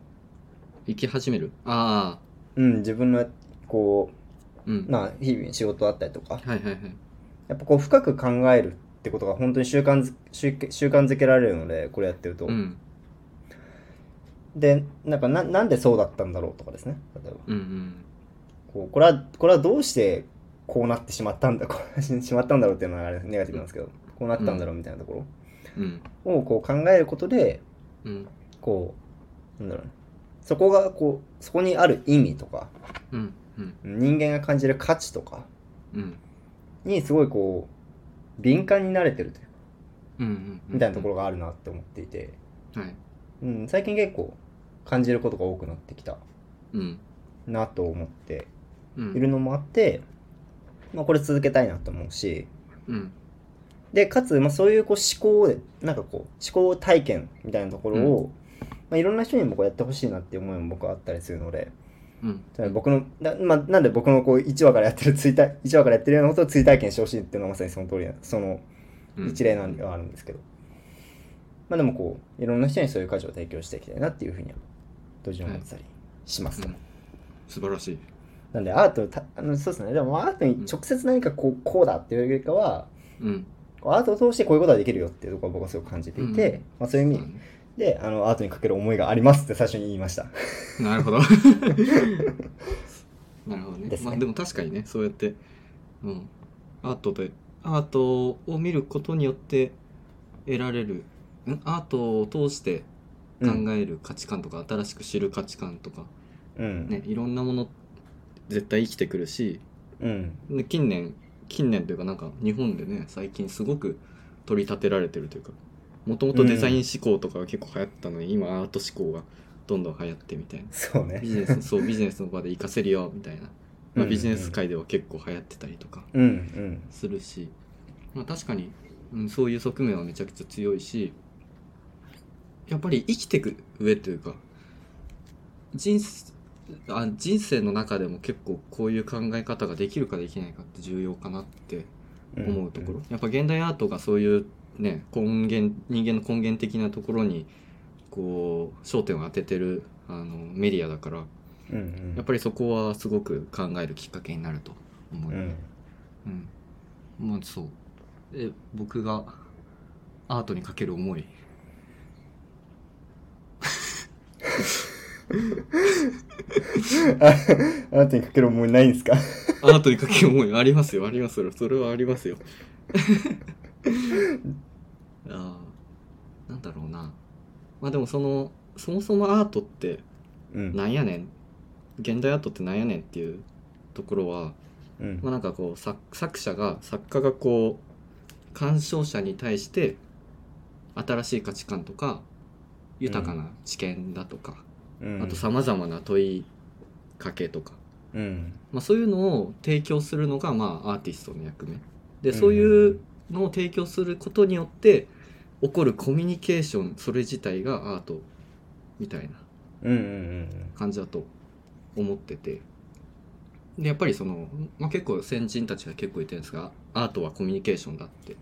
[SPEAKER 2] 生き始めるあ
[SPEAKER 1] うん、自分のこ
[SPEAKER 2] あうん
[SPEAKER 1] う、まあ、日々仕事だったりとか
[SPEAKER 2] はいはいはい
[SPEAKER 1] やっぱこう深く考えるってことが本当に習慣づ習習慣づけられるのでこれやってると、
[SPEAKER 2] うん
[SPEAKER 1] でなんかななんでそうだったんだろうとかですね例えば
[SPEAKER 2] うんうん
[SPEAKER 1] こうこれはこれはどうしてこうなってしまったんだこう ししまったんだろうっていうのはあれネガティブなんですけどこうなったんだろうみたいなとこ
[SPEAKER 2] うん
[SPEAKER 1] ろをこう考えることで
[SPEAKER 2] うん
[SPEAKER 1] こうなんだろうねそこがこうそこにある意味とか
[SPEAKER 2] うんうん
[SPEAKER 1] 人間が感じる価値とか
[SPEAKER 2] うん
[SPEAKER 1] にすごいこう敏感になれてるというか
[SPEAKER 2] うんうん
[SPEAKER 1] みたいなとこ
[SPEAKER 2] ろ
[SPEAKER 1] ろがあるなって思っていて、
[SPEAKER 2] はい
[SPEAKER 1] うん、最近結構感じることが多くなってきた
[SPEAKER 2] うん
[SPEAKER 1] なと思って
[SPEAKER 2] うん
[SPEAKER 1] いるのもあって、まあ、これ続けたいなと思うし
[SPEAKER 2] うん
[SPEAKER 1] でかつ、まあ、そういうこう思考でなんかこう思考体験みたいなところを、まあ、いろんな人にもこうやってほしいなっていう思いも僕はあったりするので
[SPEAKER 2] うん
[SPEAKER 1] つまり僕のな,、まあ、なんで僕のこう1話からやってる追 体1話からやってるようなことを追体験してほしいっていうのはまさにその通りなその
[SPEAKER 2] うん
[SPEAKER 1] 一例なんではあるんですけど、まあ、でもこういろんな人にそういう価値を提供していきたいなっていうふうには同時に思ってたりします、
[SPEAKER 2] うん素晴らしい
[SPEAKER 1] なんでアートたあのそうですねでもアートに直接何かこうこうだっていうよりかは
[SPEAKER 2] うん
[SPEAKER 1] こうアートを通してこういうことができるよっていうところを僕はすごく感じていて、
[SPEAKER 2] うん
[SPEAKER 1] まあ、そういう意味であのアートにかける思いがありますって最初に言いました。
[SPEAKER 2] なる ほどなるほどね
[SPEAKER 1] ですね
[SPEAKER 2] まあでも確かにねそうやってうんアートでアートを見ることによって得られるんアートを通して考
[SPEAKER 1] うん
[SPEAKER 2] える価値観とか、新しく知る価値観とか
[SPEAKER 1] うん
[SPEAKER 2] ねいろんなもの絶対生きてくるし
[SPEAKER 1] うん
[SPEAKER 2] で近年近年というかなんか日本でね最近すごく取り立てられてるというかもともとデザイン思考とかが結構流行ったのに、今アート思考がどんどん流行ってみたいな
[SPEAKER 1] そうね
[SPEAKER 2] ビ。ジネスそうビジネスの場で活かせるよみたいな、まあ、ビジネス界では結構流行ってたりとか
[SPEAKER 1] うんうん
[SPEAKER 2] するし、まあ、確かに、うん、そういう側面はめちゃくちゃ強いしやっぱり生きてく上というか人生あ人生の中でも結構こういう考え方ができるかできないかって重要かなって
[SPEAKER 1] うん
[SPEAKER 2] 思うところ、やっぱ現代アートがそういうね根源人間の根源的なところにこう焦点を当ててるあのメディアだから
[SPEAKER 1] うんうん
[SPEAKER 2] やっぱりそこはすごく考えるきっかけになると思う、
[SPEAKER 1] うん
[SPEAKER 2] うんまあそうえ僕がアートにかける思い
[SPEAKER 1] ああなたにかける思いないんですか
[SPEAKER 2] アートにかける思いありますよありますよそれはありますよ あーなんだろうなまあでもそのそもそもアートって
[SPEAKER 1] うん
[SPEAKER 2] なんやねん現代アートってなんやねんっていうところは
[SPEAKER 1] うん
[SPEAKER 2] まあ、なんかこう作作者が作家がこう鑑賞者に対して新しい価値観とか豊かな知見だとか、
[SPEAKER 1] うん
[SPEAKER 2] あとさまざまな問いかけとか、
[SPEAKER 1] うん
[SPEAKER 2] まあ、そういうのを提供するのがまあアーティストの役目
[SPEAKER 1] う
[SPEAKER 2] で
[SPEAKER 1] ん
[SPEAKER 2] そういうのを提供することによって起こるコミュニケーションそれ自体がアートみたいな
[SPEAKER 1] うんうん
[SPEAKER 2] 感じだと思っててでやっぱりその、まあ、結構先人たちが結構言ってるんですがアートはコミュニケーションだって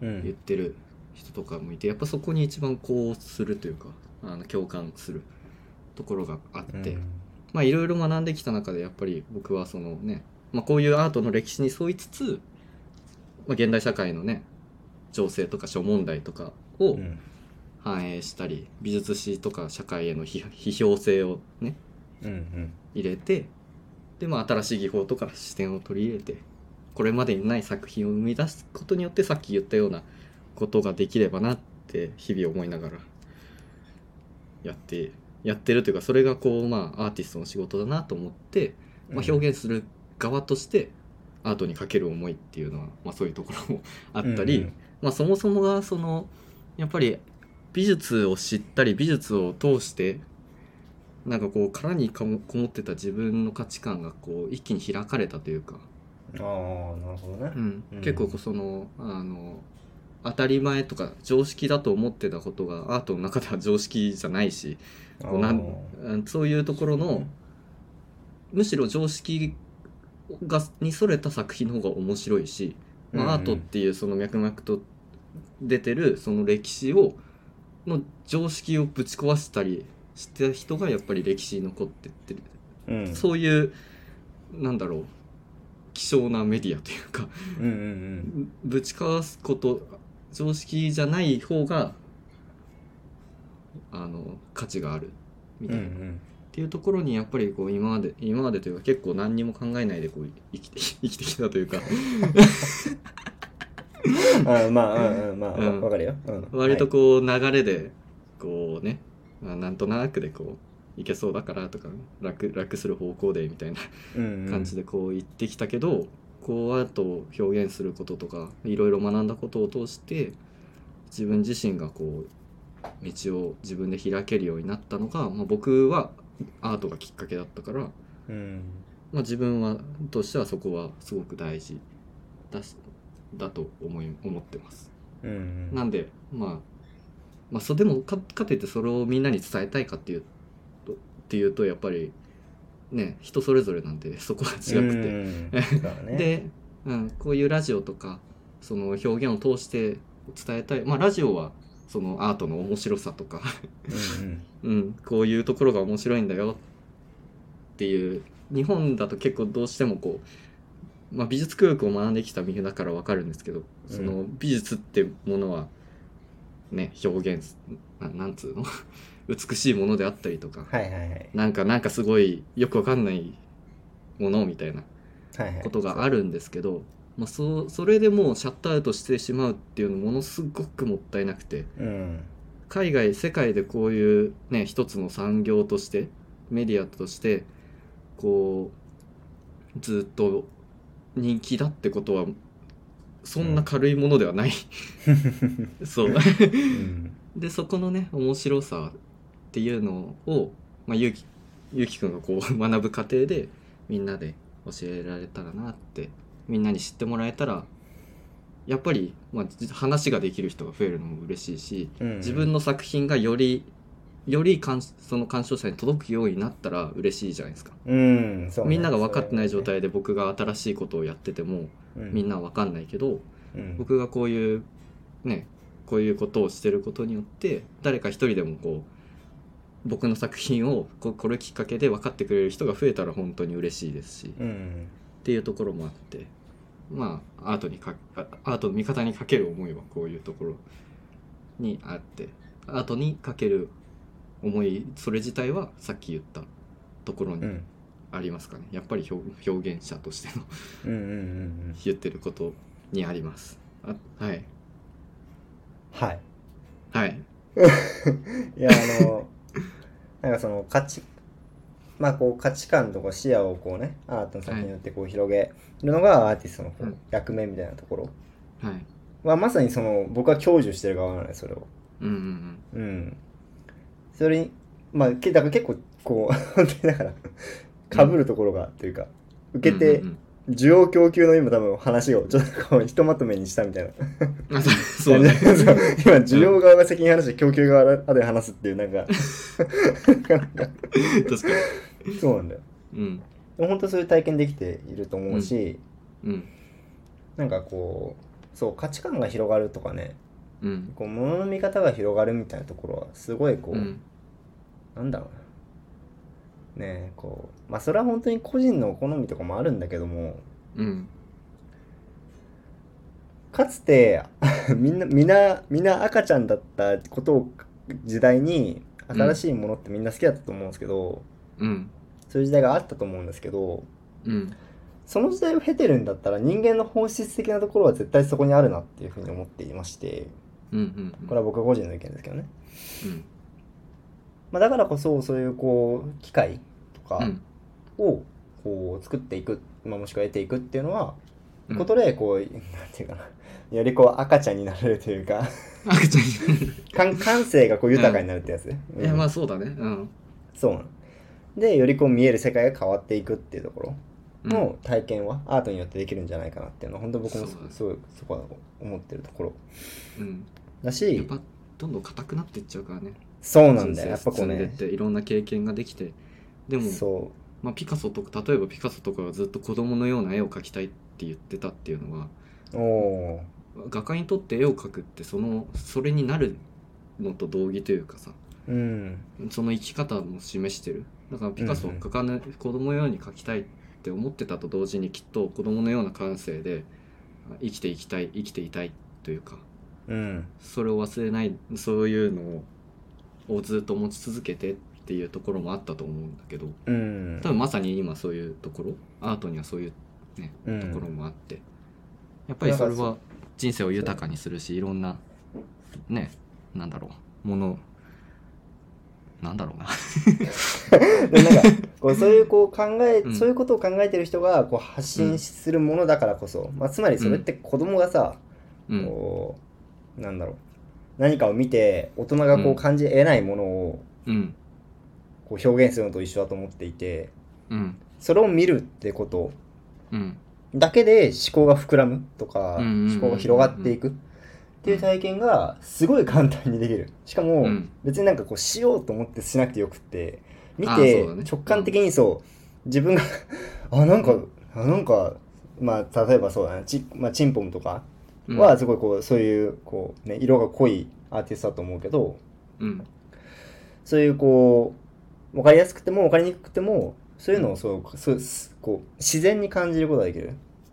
[SPEAKER 1] うんう
[SPEAKER 2] 言っ
[SPEAKER 1] ん
[SPEAKER 2] てる人とかもいてやっぱそこに一番こうするというかあの共感するところがあって、まあいろいろ学んできた中でやっぱり僕はそのね、まあ、こういうアートの歴史に沿いつつ、まあ、現代社会のね情勢とか諸問題とかを、
[SPEAKER 1] うんうん
[SPEAKER 2] 反映したり美術史とか社会への批批評性をね
[SPEAKER 1] うん
[SPEAKER 2] 入れてで、まあ、新しい技法とか視点を取り入れてこれまでにない作品を生み出すことによってさっき言ったようなことができればなって日々思いながらやってやってるというかそれがこうまあアーティストの仕事だなと思ってまあ、表現する側としてアートにかける思いっていうのは、まあ、そういうところも あったり、まあ、そもそもがそのやっぱり美術を知ったり美術を通してなんかこう殻にかもこもってた自分の価値観がこう一気に開かれたというか、
[SPEAKER 1] うんうん、ああなるほどね
[SPEAKER 2] う、ん
[SPEAKER 1] うん
[SPEAKER 2] 結構こうそのあの当たり前とか常識だと思ってたことがアートの中では常識じゃないし
[SPEAKER 1] あ
[SPEAKER 2] こうなんうんそういうところのむしろ常識がにそれた作品の方が面白いし、まあアートっていうその脈々と出てるその歴史をの常識をぶち壊したりした人がやっぱり歴史に残ってってる、
[SPEAKER 1] うん
[SPEAKER 2] そういうなんだろう希少なメディアというか
[SPEAKER 1] うんうん
[SPEAKER 2] ぶちかわすこと常識じゃない方があの価値があるみ
[SPEAKER 1] うんう
[SPEAKER 2] た
[SPEAKER 1] ん
[SPEAKER 2] いな、っていうところにやっぱりこう今まで今までというか結構何にも考えないでこう生きて 生きてきたというか
[SPEAKER 1] うんあまあうんうんまあ
[SPEAKER 2] う
[SPEAKER 1] わ
[SPEAKER 2] ん
[SPEAKER 1] わかるよ、うん、
[SPEAKER 2] 割と
[SPEAKER 1] はい
[SPEAKER 2] こう流れでこうね、まあなんとなくでこういけそうだからとか楽楽する方向でみたいな
[SPEAKER 1] うんうん
[SPEAKER 2] 感じでこう言ってきたけど、こうアートを表現することとかいろいろ学んだことを通して自分自身がこう道を自分で開けるようになったのが、まあ、僕はアートがきっかけだったから、ま
[SPEAKER 1] うん
[SPEAKER 2] あ、自分はとしてはそこはすごく大事だしだと思い思ってます。
[SPEAKER 1] うんうん
[SPEAKER 2] なんで、まあ、まあ、そうでもかかといってそれをみんなに伝えたいかっていうとっていうとやっぱりね人それぞれなんでそこは違くて。
[SPEAKER 1] うんそうだね
[SPEAKER 2] で、うん、こういうラジオとかその表現を通して伝えたいまあラジオはそのアートの面白さとか、
[SPEAKER 1] うんうん
[SPEAKER 2] うん、こういうところが面白いんだよっていう日本だと結構どうしてもこう、まあ、美術教育を学んできた身だからわかるんですけどその美術ってものはね表現すななんつうの 美しいものであったりとか
[SPEAKER 1] はいはいはい
[SPEAKER 2] なんかなんかすごいよくわかんないものみたいな
[SPEAKER 1] はいはい
[SPEAKER 2] ことがあるんですけど、まあ、そそれでもうシャットアウトしてしまうっていうのものすごくもったいなくて
[SPEAKER 1] うん
[SPEAKER 2] 海外世界でこういうね一つの産業としてメディアとしてこうずっと人気だってことはそんな軽いものではない、そ
[SPEAKER 1] う
[SPEAKER 2] う
[SPEAKER 1] ん
[SPEAKER 2] でそこのね面白さっていうのを、まあ、ゆうきゆうきくんがこう学ぶ過程でみんなで教えられたらなってみんなに知ってもらえたらやっぱり、まあ、じ話ができる人が増えるのも嬉しいし
[SPEAKER 1] うん
[SPEAKER 2] 自分の作品がよりより鑑その鑑賞者に届くようになったら嬉しいじゃないですか。
[SPEAKER 1] うんそうね
[SPEAKER 2] みんなが分かってない状態で僕が新しいことをやっててもみんなは分かんないけど、
[SPEAKER 1] うん
[SPEAKER 2] 僕がこういうねこういうことをしてることによって誰か一人でもこう僕の作品をここれきっかけで分かってくれる人が増えたら本当に嬉しいですしっ
[SPEAKER 1] うん
[SPEAKER 2] ていうところもあってまあアートにかあアートの見方にかける思いはこういうところにあってアートにかける思いそれ自体はさっき言ったところ
[SPEAKER 1] うんう
[SPEAKER 2] に
[SPEAKER 1] ん
[SPEAKER 2] ありますかね、やっぱり表表現者としての
[SPEAKER 1] うんうんうん
[SPEAKER 2] 言ってることにあります。あはい
[SPEAKER 1] はい
[SPEAKER 2] はい
[SPEAKER 1] いやあの なんかその価値まあこう価値観とか視野をこうねアートの作品によってこう広げるのがアーティストのこ
[SPEAKER 2] う
[SPEAKER 1] うん役目みたいなところ
[SPEAKER 2] はい。
[SPEAKER 1] はまさにその僕は享受してる側なのよそれを
[SPEAKER 2] うんう
[SPEAKER 1] う
[SPEAKER 2] ん
[SPEAKER 1] んそれにまあけだから結構こう 本当にだからかぶるところがというか
[SPEAKER 2] うん。
[SPEAKER 1] 受けて
[SPEAKER 2] うん
[SPEAKER 1] 需要供給の今多分話をちょっとこうひとまとめにしたみたいな
[SPEAKER 2] うんうんあ、そうそうね。
[SPEAKER 1] そう今需要側が責任話して供給側が後で話すっていうなん か
[SPEAKER 2] 確か
[SPEAKER 1] そうなんだよ
[SPEAKER 2] に。うん。
[SPEAKER 1] でも本当そういう体験できていると思うし、
[SPEAKER 2] うん。
[SPEAKER 1] なんかこうそう価値観が広がるとかね
[SPEAKER 2] うん。
[SPEAKER 1] こう物の見方が広がるみたいなところはすごいこう、
[SPEAKER 2] うん。
[SPEAKER 1] なんだろうなねえこうまあそれは本当に個人の好みとかもあるんだけども
[SPEAKER 2] うん。
[SPEAKER 1] かつて みんなみんなみんな赤ちゃんだったことを時代に新しいものってみんな好きだったと思うんですけど、
[SPEAKER 2] うん。
[SPEAKER 1] そういう時代があったと思うんですけど
[SPEAKER 2] うん。
[SPEAKER 1] その時代を経てるんだったら人間の本質的なところは絶対そこにあるなっていうふうに思っていまして
[SPEAKER 2] うん。うん。
[SPEAKER 1] これは僕個人の意見ですけどね、
[SPEAKER 2] うん。
[SPEAKER 1] まあ、だからこそそういうこう機械とか
[SPEAKER 2] うん。
[SPEAKER 1] を、こう作っていく、まあ、もしくは得ていくっていうのは、
[SPEAKER 2] うん
[SPEAKER 1] ことでこうなんていうかなよりこう赤ちゃんになれるというか
[SPEAKER 2] 赤ちゃんになる
[SPEAKER 1] 感感性がこう豊かになるってやつ、 うん
[SPEAKER 2] いやまあそうだねうん
[SPEAKER 1] そうなのでよりこう見える世界が変わっていくっていうところ
[SPEAKER 2] うん
[SPEAKER 1] の体験はアートによってできるんじゃないかなっていうのは本当僕も
[SPEAKER 2] そうだね
[SPEAKER 1] すごいそこは思ってるところ
[SPEAKER 2] うん
[SPEAKER 1] だ
[SPEAKER 2] やっ
[SPEAKER 1] し
[SPEAKER 2] ぱどんどん硬くなっていっちゃうからね
[SPEAKER 1] そうなんだよや
[SPEAKER 2] 人
[SPEAKER 1] っぱこ
[SPEAKER 2] 生進
[SPEAKER 1] うん
[SPEAKER 2] でっ
[SPEAKER 1] ね
[SPEAKER 2] ていろんな経験ができてでも、
[SPEAKER 1] そ
[SPEAKER 2] まあ、ピカソとか例えばピカソとかがずっと子供のような絵を描きたいって言ってたっていうのは
[SPEAKER 1] うおー
[SPEAKER 2] 画家にとって絵を描くってそのそれになるのと同義というかさ
[SPEAKER 1] うん
[SPEAKER 2] その生き方も示してるだからピカソ
[SPEAKER 1] う
[SPEAKER 2] は
[SPEAKER 1] んうん
[SPEAKER 2] 画家の子供のように描きたいって思ってたと同時にきっと子供のような感性で生きていきたい生きていたいというか
[SPEAKER 1] うん
[SPEAKER 2] それを忘れないそういうのをずっと持ち続けてっていうところもあったと思うんだけど
[SPEAKER 1] うん
[SPEAKER 2] 多分まさに今そういうところアートにはそういう
[SPEAKER 1] うん
[SPEAKER 2] ところもあって、やっぱりそれは人生を豊かにするしいろんなねなんだろうものなんだろう
[SPEAKER 1] で
[SPEAKER 2] な
[SPEAKER 1] もなんかこうそういうこう考え、
[SPEAKER 2] うん
[SPEAKER 1] そういうことを考えてる人がこう発信するものだからこそ、まあ、つまりそれって子供がさ、
[SPEAKER 2] うん
[SPEAKER 1] こうなんだろう何かを見て大人がこ
[SPEAKER 2] う
[SPEAKER 1] うん感じ得ないものを
[SPEAKER 2] うん
[SPEAKER 1] こう表現するのと一緒だと思っていて
[SPEAKER 2] うん
[SPEAKER 1] それを見るってこと
[SPEAKER 2] うん
[SPEAKER 1] だけで思考が膨らむとか
[SPEAKER 2] うんうんうんうん
[SPEAKER 1] 思考が広がっていくっていう体験がすごい簡単にできるしかも
[SPEAKER 2] うん
[SPEAKER 1] 別になんかこうしようと思ってしなくてよくって見
[SPEAKER 2] あー
[SPEAKER 1] て
[SPEAKER 2] そうだね
[SPEAKER 1] 直感的にそう自分が あなんかあなんかまあ例えばそうだなち、まあ、チンポムとか
[SPEAKER 2] うん
[SPEAKER 1] はすごいこうそういうこう、ね、色が濃いアーティストだと思うけど
[SPEAKER 2] うん
[SPEAKER 1] そういうこう分かりやすくても分かりにくくてもそういうのをそう、そうすこう自然に感じることができる。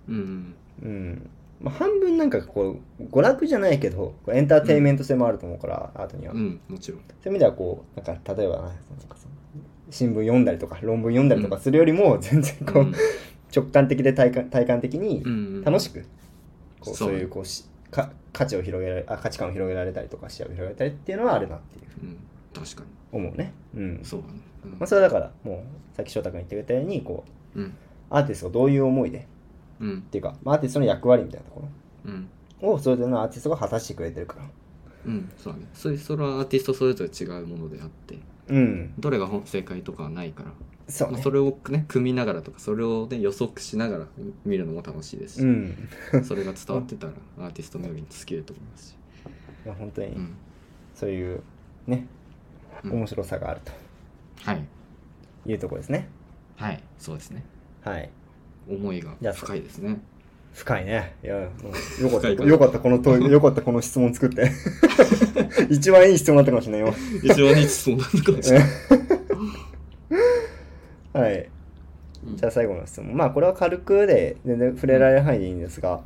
[SPEAKER 2] うん
[SPEAKER 1] うんまあ、半分なんかこう娯楽じゃないけどこうエンターテインメント性もあると思うから、アートには、
[SPEAKER 2] う
[SPEAKER 1] そ
[SPEAKER 2] んもちろん
[SPEAKER 1] ういう意味ではこうなんか例えばななんかその新聞読んだりとか論文読んだりとかするよりも全然こう、
[SPEAKER 2] うん
[SPEAKER 1] 直感的で体感体感的に
[SPEAKER 2] うん
[SPEAKER 1] 楽しくこう
[SPEAKER 2] そ
[SPEAKER 1] そうういうこうしか価値を広げられあ価値観を広げられたりとか視野を広げたりっていうのはあるなっていう
[SPEAKER 2] うん確か
[SPEAKER 1] 思うね、うん
[SPEAKER 2] にそうだねうん
[SPEAKER 1] まあ、それはだからもうさっき翔太君言ってくれたようにこう
[SPEAKER 2] うん
[SPEAKER 1] アーティストがどういう思いでっ
[SPEAKER 2] うん
[SPEAKER 1] ていうか、まあ、アーティストの役割みたいなとこ
[SPEAKER 2] うん
[SPEAKER 1] ろをそれぞれのアーティストが果たしてくれてるから
[SPEAKER 2] うんそうだねそれそれはアーティストそれぞれ違うものであって
[SPEAKER 1] うん
[SPEAKER 2] どれが本正解とかはないから
[SPEAKER 1] そう
[SPEAKER 2] まあ
[SPEAKER 1] ね
[SPEAKER 2] それをね組みながらとかそれをね予測しながら見るのも楽しいです
[SPEAKER 1] う
[SPEAKER 2] し、
[SPEAKER 1] ん
[SPEAKER 2] それが伝わってたらアーティストのよりに好きると思いますし、
[SPEAKER 1] まあ本当
[SPEAKER 2] う
[SPEAKER 1] に
[SPEAKER 2] ん、
[SPEAKER 1] そういうね
[SPEAKER 2] うん
[SPEAKER 1] 面白さがあると
[SPEAKER 2] はい
[SPEAKER 1] いうところですね
[SPEAKER 2] はいそうですね
[SPEAKER 1] はい
[SPEAKER 2] 思いが深いですね
[SPEAKER 1] 深いね。いや、うんよかった。
[SPEAKER 2] 深いかな
[SPEAKER 1] よかった、この 問い、よかった、この質問作って。 一番いい質問だったかもしれないよ。
[SPEAKER 2] 一番いい質問なのかもしれない、
[SPEAKER 1] はい。
[SPEAKER 2] うん
[SPEAKER 1] じゃあ最後の質問。まあ、これは軽くで、全然触れられる範囲でいいんですが、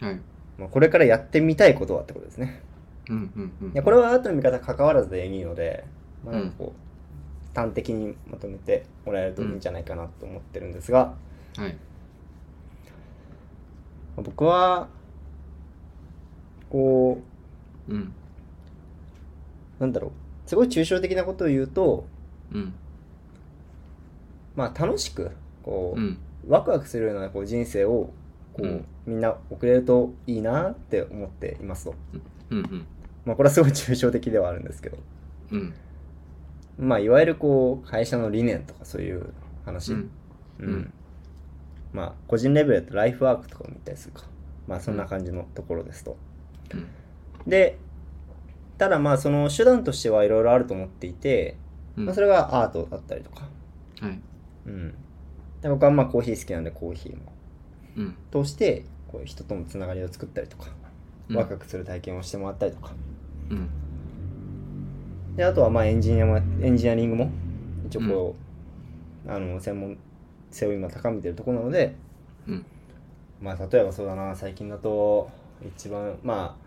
[SPEAKER 2] はい
[SPEAKER 1] まあ、これからやってみたいことはってことですね。
[SPEAKER 2] うんうんうん
[SPEAKER 1] いや、これは後の見方関わらずでいいので、まあ、なんかこう、端的にまとめてもらえるといいんじゃないかなと思ってるんですが、
[SPEAKER 2] はい
[SPEAKER 1] まあ僕は、こう、
[SPEAKER 2] うん
[SPEAKER 1] なんだろう。すごい抽象的なことを言うと、
[SPEAKER 2] うん
[SPEAKER 1] まあ、楽しく、こう、
[SPEAKER 2] うん
[SPEAKER 1] ワクワクするようなこう人生をこう、
[SPEAKER 2] うん
[SPEAKER 1] みんな送れるといいなって思っていますと、
[SPEAKER 2] うんうん
[SPEAKER 1] まあ、これはすごい抽象的ではあるんですけど、
[SPEAKER 2] うん
[SPEAKER 1] まあ、いわゆるこう会社の理念とかそういう話、
[SPEAKER 2] うんうん
[SPEAKER 1] まあ、個人レベルだとライフワークとかも言ったりするか、まあ、そんな感じのところですと。
[SPEAKER 2] うん
[SPEAKER 1] でただまあその手段としてはいろいろあると思っていて、
[SPEAKER 2] うん
[SPEAKER 1] まあ、それがアートだったりとか、
[SPEAKER 2] はい
[SPEAKER 1] うん、で僕はまあコーヒー好きなんでコーヒーも
[SPEAKER 2] うん
[SPEAKER 1] 通してこう人とのつながりを作ったりとか
[SPEAKER 2] うん
[SPEAKER 1] ワクワクする体験をしてもらったりとか、
[SPEAKER 2] うん
[SPEAKER 1] であとはまあエンジニアもエンジニアリングも一応こう、あの専門性を今高めてるところなので、
[SPEAKER 2] うん
[SPEAKER 1] まあ、例えばそうだな最近だと一番まあ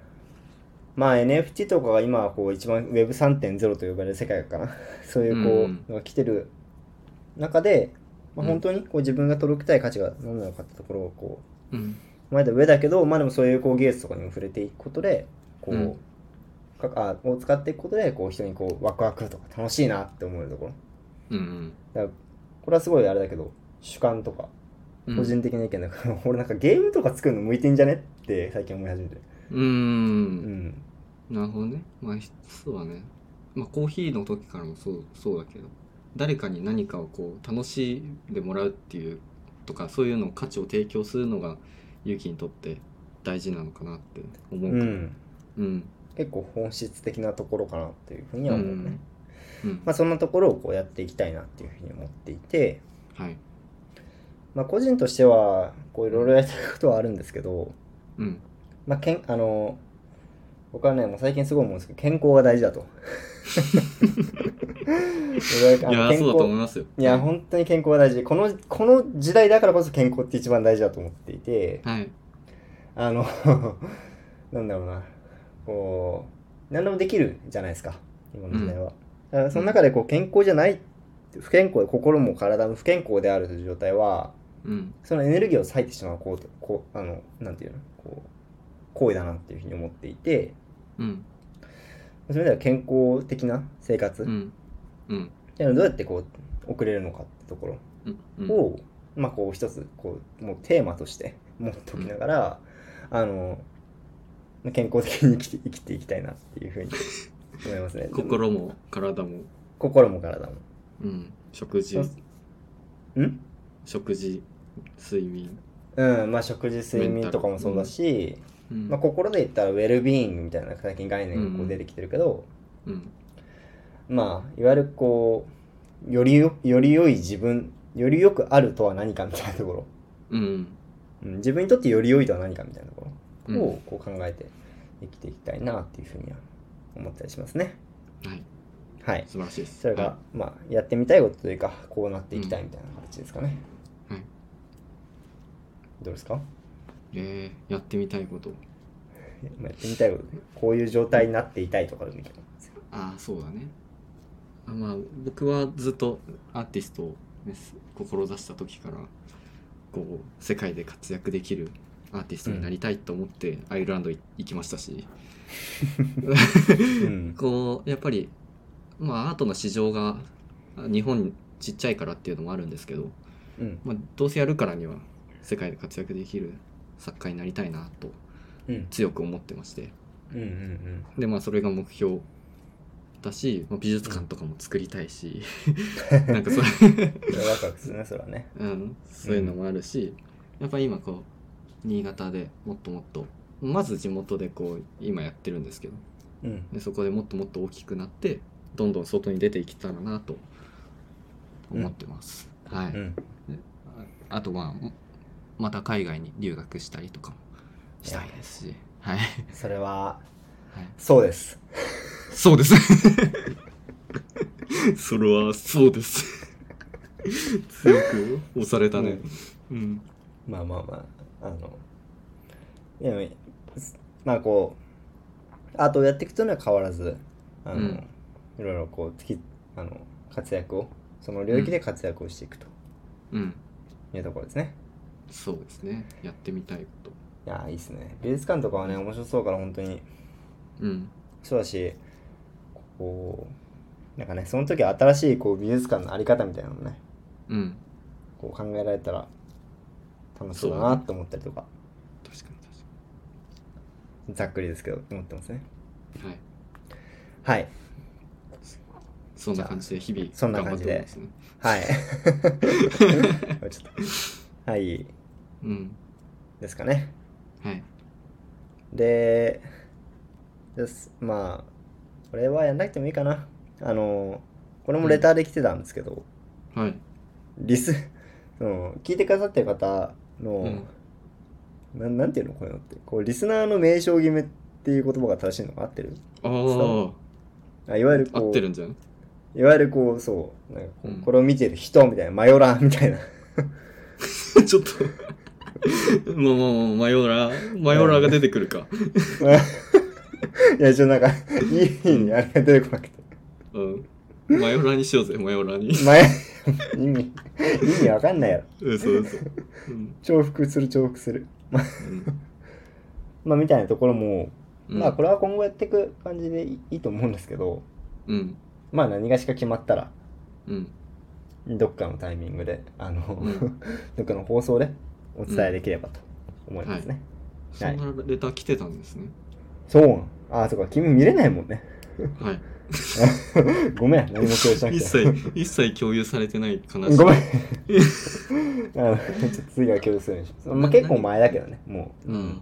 [SPEAKER 1] まあ NFT とかが今はこう一番 Web3.0 と呼ばれる世界かな そういうこう、
[SPEAKER 2] うん
[SPEAKER 1] のが来てる中で、まあ、
[SPEAKER 2] うん
[SPEAKER 1] 本当にこう自分が届きたい価値が何なのかってところをこう
[SPEAKER 2] うん
[SPEAKER 1] 前で上だけど、まあ、でもそういうこう芸術とかにも触れていくことでこう、
[SPEAKER 2] うん
[SPEAKER 1] かあを使っていくことでこう人にこうワクワクとか楽しいなって思えるところ
[SPEAKER 2] うん
[SPEAKER 1] だからこれはすごいあれだけど主観とか
[SPEAKER 2] うん
[SPEAKER 1] 個人的な意見だから、 俺なんかゲームとか作るの向いてんじゃねって最近思い始めて
[SPEAKER 2] うー
[SPEAKER 1] う
[SPEAKER 2] ん
[SPEAKER 1] ん
[SPEAKER 2] なるほどね。まあ、ひそうだね。まあ、コーヒーの時からもそう、そうだけど、誰かに何かをこう、楽しんでもらうっていう、とか、そういうのを価値を提供するのが、勇気にとって大事なのかなって思う
[SPEAKER 1] う
[SPEAKER 2] から。
[SPEAKER 1] ん
[SPEAKER 2] うん。
[SPEAKER 1] 結構本質的なところかなっていうふうには思うね、
[SPEAKER 2] うん。うん
[SPEAKER 1] まあそんなところをこうやっていきたいなっていうふうに思っていて
[SPEAKER 2] はい。
[SPEAKER 1] まあ個人としてはこういろいろやりたいことはあるんですけど
[SPEAKER 2] うん。
[SPEAKER 1] まあけんあの僕はねもう最近すごい思うんですけど健康が大事だと 俺はいあの
[SPEAKER 2] やー、
[SPEAKER 1] 健
[SPEAKER 2] そうだ
[SPEAKER 1] 康
[SPEAKER 2] と思いますよ。
[SPEAKER 1] いや、本当に健康が大事。この、この時代だからこそ健康って一番大事だと思っていて、
[SPEAKER 2] はい。
[SPEAKER 1] あの、 なんだろうな、こう、何でもできるじゃないですか、今の時代は。だからその中でこう健康じゃない、不健康で、心も体も不健康であるという状態は、
[SPEAKER 2] うん。
[SPEAKER 1] そのエネルギーを割いてしまうこう、こう、あの、なんていうの、こう、行為だなっていうふうに思っていて、
[SPEAKER 2] うん。
[SPEAKER 1] それでは健康的な生活っ
[SPEAKER 2] うん。うん。
[SPEAKER 1] ていうのをどうやってこう、送れるのかってところ。
[SPEAKER 2] うん。うん
[SPEAKER 1] を、まあ、こう一つこうもうテーマとして 持っときながら、あの健康的に生きて生きていきたいなっていうふうに思いますね。
[SPEAKER 2] 心も体も、
[SPEAKER 1] 心も体も。
[SPEAKER 2] うん。食事、
[SPEAKER 1] うん
[SPEAKER 2] 食事、睡眠。
[SPEAKER 1] うんまあ、食事睡
[SPEAKER 2] メンタ
[SPEAKER 1] 眠
[SPEAKER 2] ル
[SPEAKER 1] とかもそうだし、
[SPEAKER 2] うん。
[SPEAKER 1] まあ、心で言ったらウェルビーイングみたいな最近概念がこう出てきてるけど、
[SPEAKER 2] うん。
[SPEAKER 1] まあいわゆるこうよりよより良い自分より良くあるとは何かみたいなところ、
[SPEAKER 2] うん。
[SPEAKER 1] うん、自分にとってより良いとは何かみたいなところ
[SPEAKER 2] うん
[SPEAKER 1] をこう考えて生きていきたいなっていうふうには思ったりしますね。
[SPEAKER 2] はい。
[SPEAKER 1] はい。
[SPEAKER 2] 素晴らしいです。
[SPEAKER 1] それが、
[SPEAKER 2] は
[SPEAKER 1] まあやってみたいことというかこうなっていきたいみたいな形ですかね。
[SPEAKER 2] いはい。
[SPEAKER 1] どうですか？
[SPEAKER 2] えー、やってみたいこと。
[SPEAKER 1] まあやってみたいことこういう状態になっていたいとかでもいいけど。
[SPEAKER 2] ああ、そうだね。あまあ、僕はずっとアーティストをねす志した時から、こう、世界で活躍できるアーティストになりたいと思って、アイルランドい行きましたし、
[SPEAKER 1] うん。
[SPEAKER 2] こう、やっぱり、まあ、アートの市場があ日本ちっちゃいからっていうのもあるんですけど、
[SPEAKER 1] うん。
[SPEAKER 2] まあ、どうせやるからには、世界で活躍できる作家になりたいなと
[SPEAKER 1] うん。
[SPEAKER 2] 強く思ってまして、
[SPEAKER 1] うん。うん。
[SPEAKER 2] でまあそれが目標だし、まあ、美術館とかも作りたいし、なんか そう
[SPEAKER 1] それはワクワクするね、それはね。
[SPEAKER 2] うん、そういうのもあるし、やっぱ今こう新潟でもっともっとまず地元でこう今やってるんですけど
[SPEAKER 1] うん。
[SPEAKER 2] でそこでもっともっと大きくなってどんどん外に出ていけたらなと思ってます、はい、
[SPEAKER 1] うん。
[SPEAKER 2] ああとまあまた海外に留学したりとかもしたいですしはい、
[SPEAKER 1] それは
[SPEAKER 2] はい
[SPEAKER 1] そうです。
[SPEAKER 2] そうです。それはそうです。強く押されたね。うん。
[SPEAKER 1] まあまあまああのでもまあこうアートをやっていくというのは変わらずあの、
[SPEAKER 2] うん
[SPEAKER 1] いろいろこうつきあの活躍をその領域で活躍をしていくと
[SPEAKER 2] うん。
[SPEAKER 1] いうところですね、
[SPEAKER 2] そうですね。やってみたいこと。
[SPEAKER 1] いやーいいっすね美術館とかはね面白そうから本当に
[SPEAKER 2] うん。
[SPEAKER 1] そうだしこうなんかねその時新しいこう美術館のあり方みたいなのもね
[SPEAKER 2] うん。
[SPEAKER 1] こう考えられたら楽しそうだなと思ったりとか、
[SPEAKER 2] 確かに
[SPEAKER 1] ざっくりですけど思ってますね
[SPEAKER 2] 確かに。はい。
[SPEAKER 1] はい
[SPEAKER 2] そんな感じで日々
[SPEAKER 1] そんな感じで
[SPEAKER 2] 頑張っておりま
[SPEAKER 1] はい。ちょっとはい。
[SPEAKER 2] すね。うん。
[SPEAKER 1] ですかね。
[SPEAKER 2] はい。
[SPEAKER 1] で、ですまあ、これはやんなくてもいいかな。あの、これもレターで来てたんですけど、
[SPEAKER 2] はい。
[SPEAKER 1] リス、 その、聞いてくださってる方
[SPEAKER 2] う
[SPEAKER 1] の
[SPEAKER 2] ん、
[SPEAKER 1] なん、なんていうのこういうのって。こう、リスナーの名称決めっていう言葉が正しいのが合ってる
[SPEAKER 2] あ
[SPEAKER 1] あいわゆる
[SPEAKER 2] あ。合
[SPEAKER 1] こ
[SPEAKER 2] ってる
[SPEAKER 1] う、
[SPEAKER 2] んじゃん。
[SPEAKER 1] いわゆるこう、そう、なんかこ
[SPEAKER 2] うん
[SPEAKER 1] う、これを見てる人みたいな、マヨラーみたいな。
[SPEAKER 2] ちょっと。もう、もう、もう、マヨラ、マヨラが出てくるか。
[SPEAKER 1] いや、ちょっとなんか、いい意味にあれが出てこなくて。
[SPEAKER 2] うん。マヨラにしようぜ、マヨラに。
[SPEAKER 1] 前意味意味わかんないやろ
[SPEAKER 2] 嘘嘘。うん。
[SPEAKER 1] 重複する重複する
[SPEAKER 2] うん
[SPEAKER 1] まあみたいなところも、
[SPEAKER 2] うん
[SPEAKER 1] まあこれは今後やっていく感じでいいいいと思うんですけど
[SPEAKER 2] うん。
[SPEAKER 1] まあ何がしか決まったら
[SPEAKER 2] うん。
[SPEAKER 1] どっかのタイミングであの、
[SPEAKER 2] う
[SPEAKER 1] どっかの放送でお伝えできればと思いますね、
[SPEAKER 2] そんなレター来てたんで すね。
[SPEAKER 1] そうああそうか君見れないもんね
[SPEAKER 2] はい。
[SPEAKER 1] ごめん何も共有しなくて
[SPEAKER 2] 一切、一切共有されてない悲しい。
[SPEAKER 1] ご めんあのちょっと次は共有するようにします、まあ、
[SPEAKER 2] な
[SPEAKER 1] 結構前だけどねもう、
[SPEAKER 2] うん。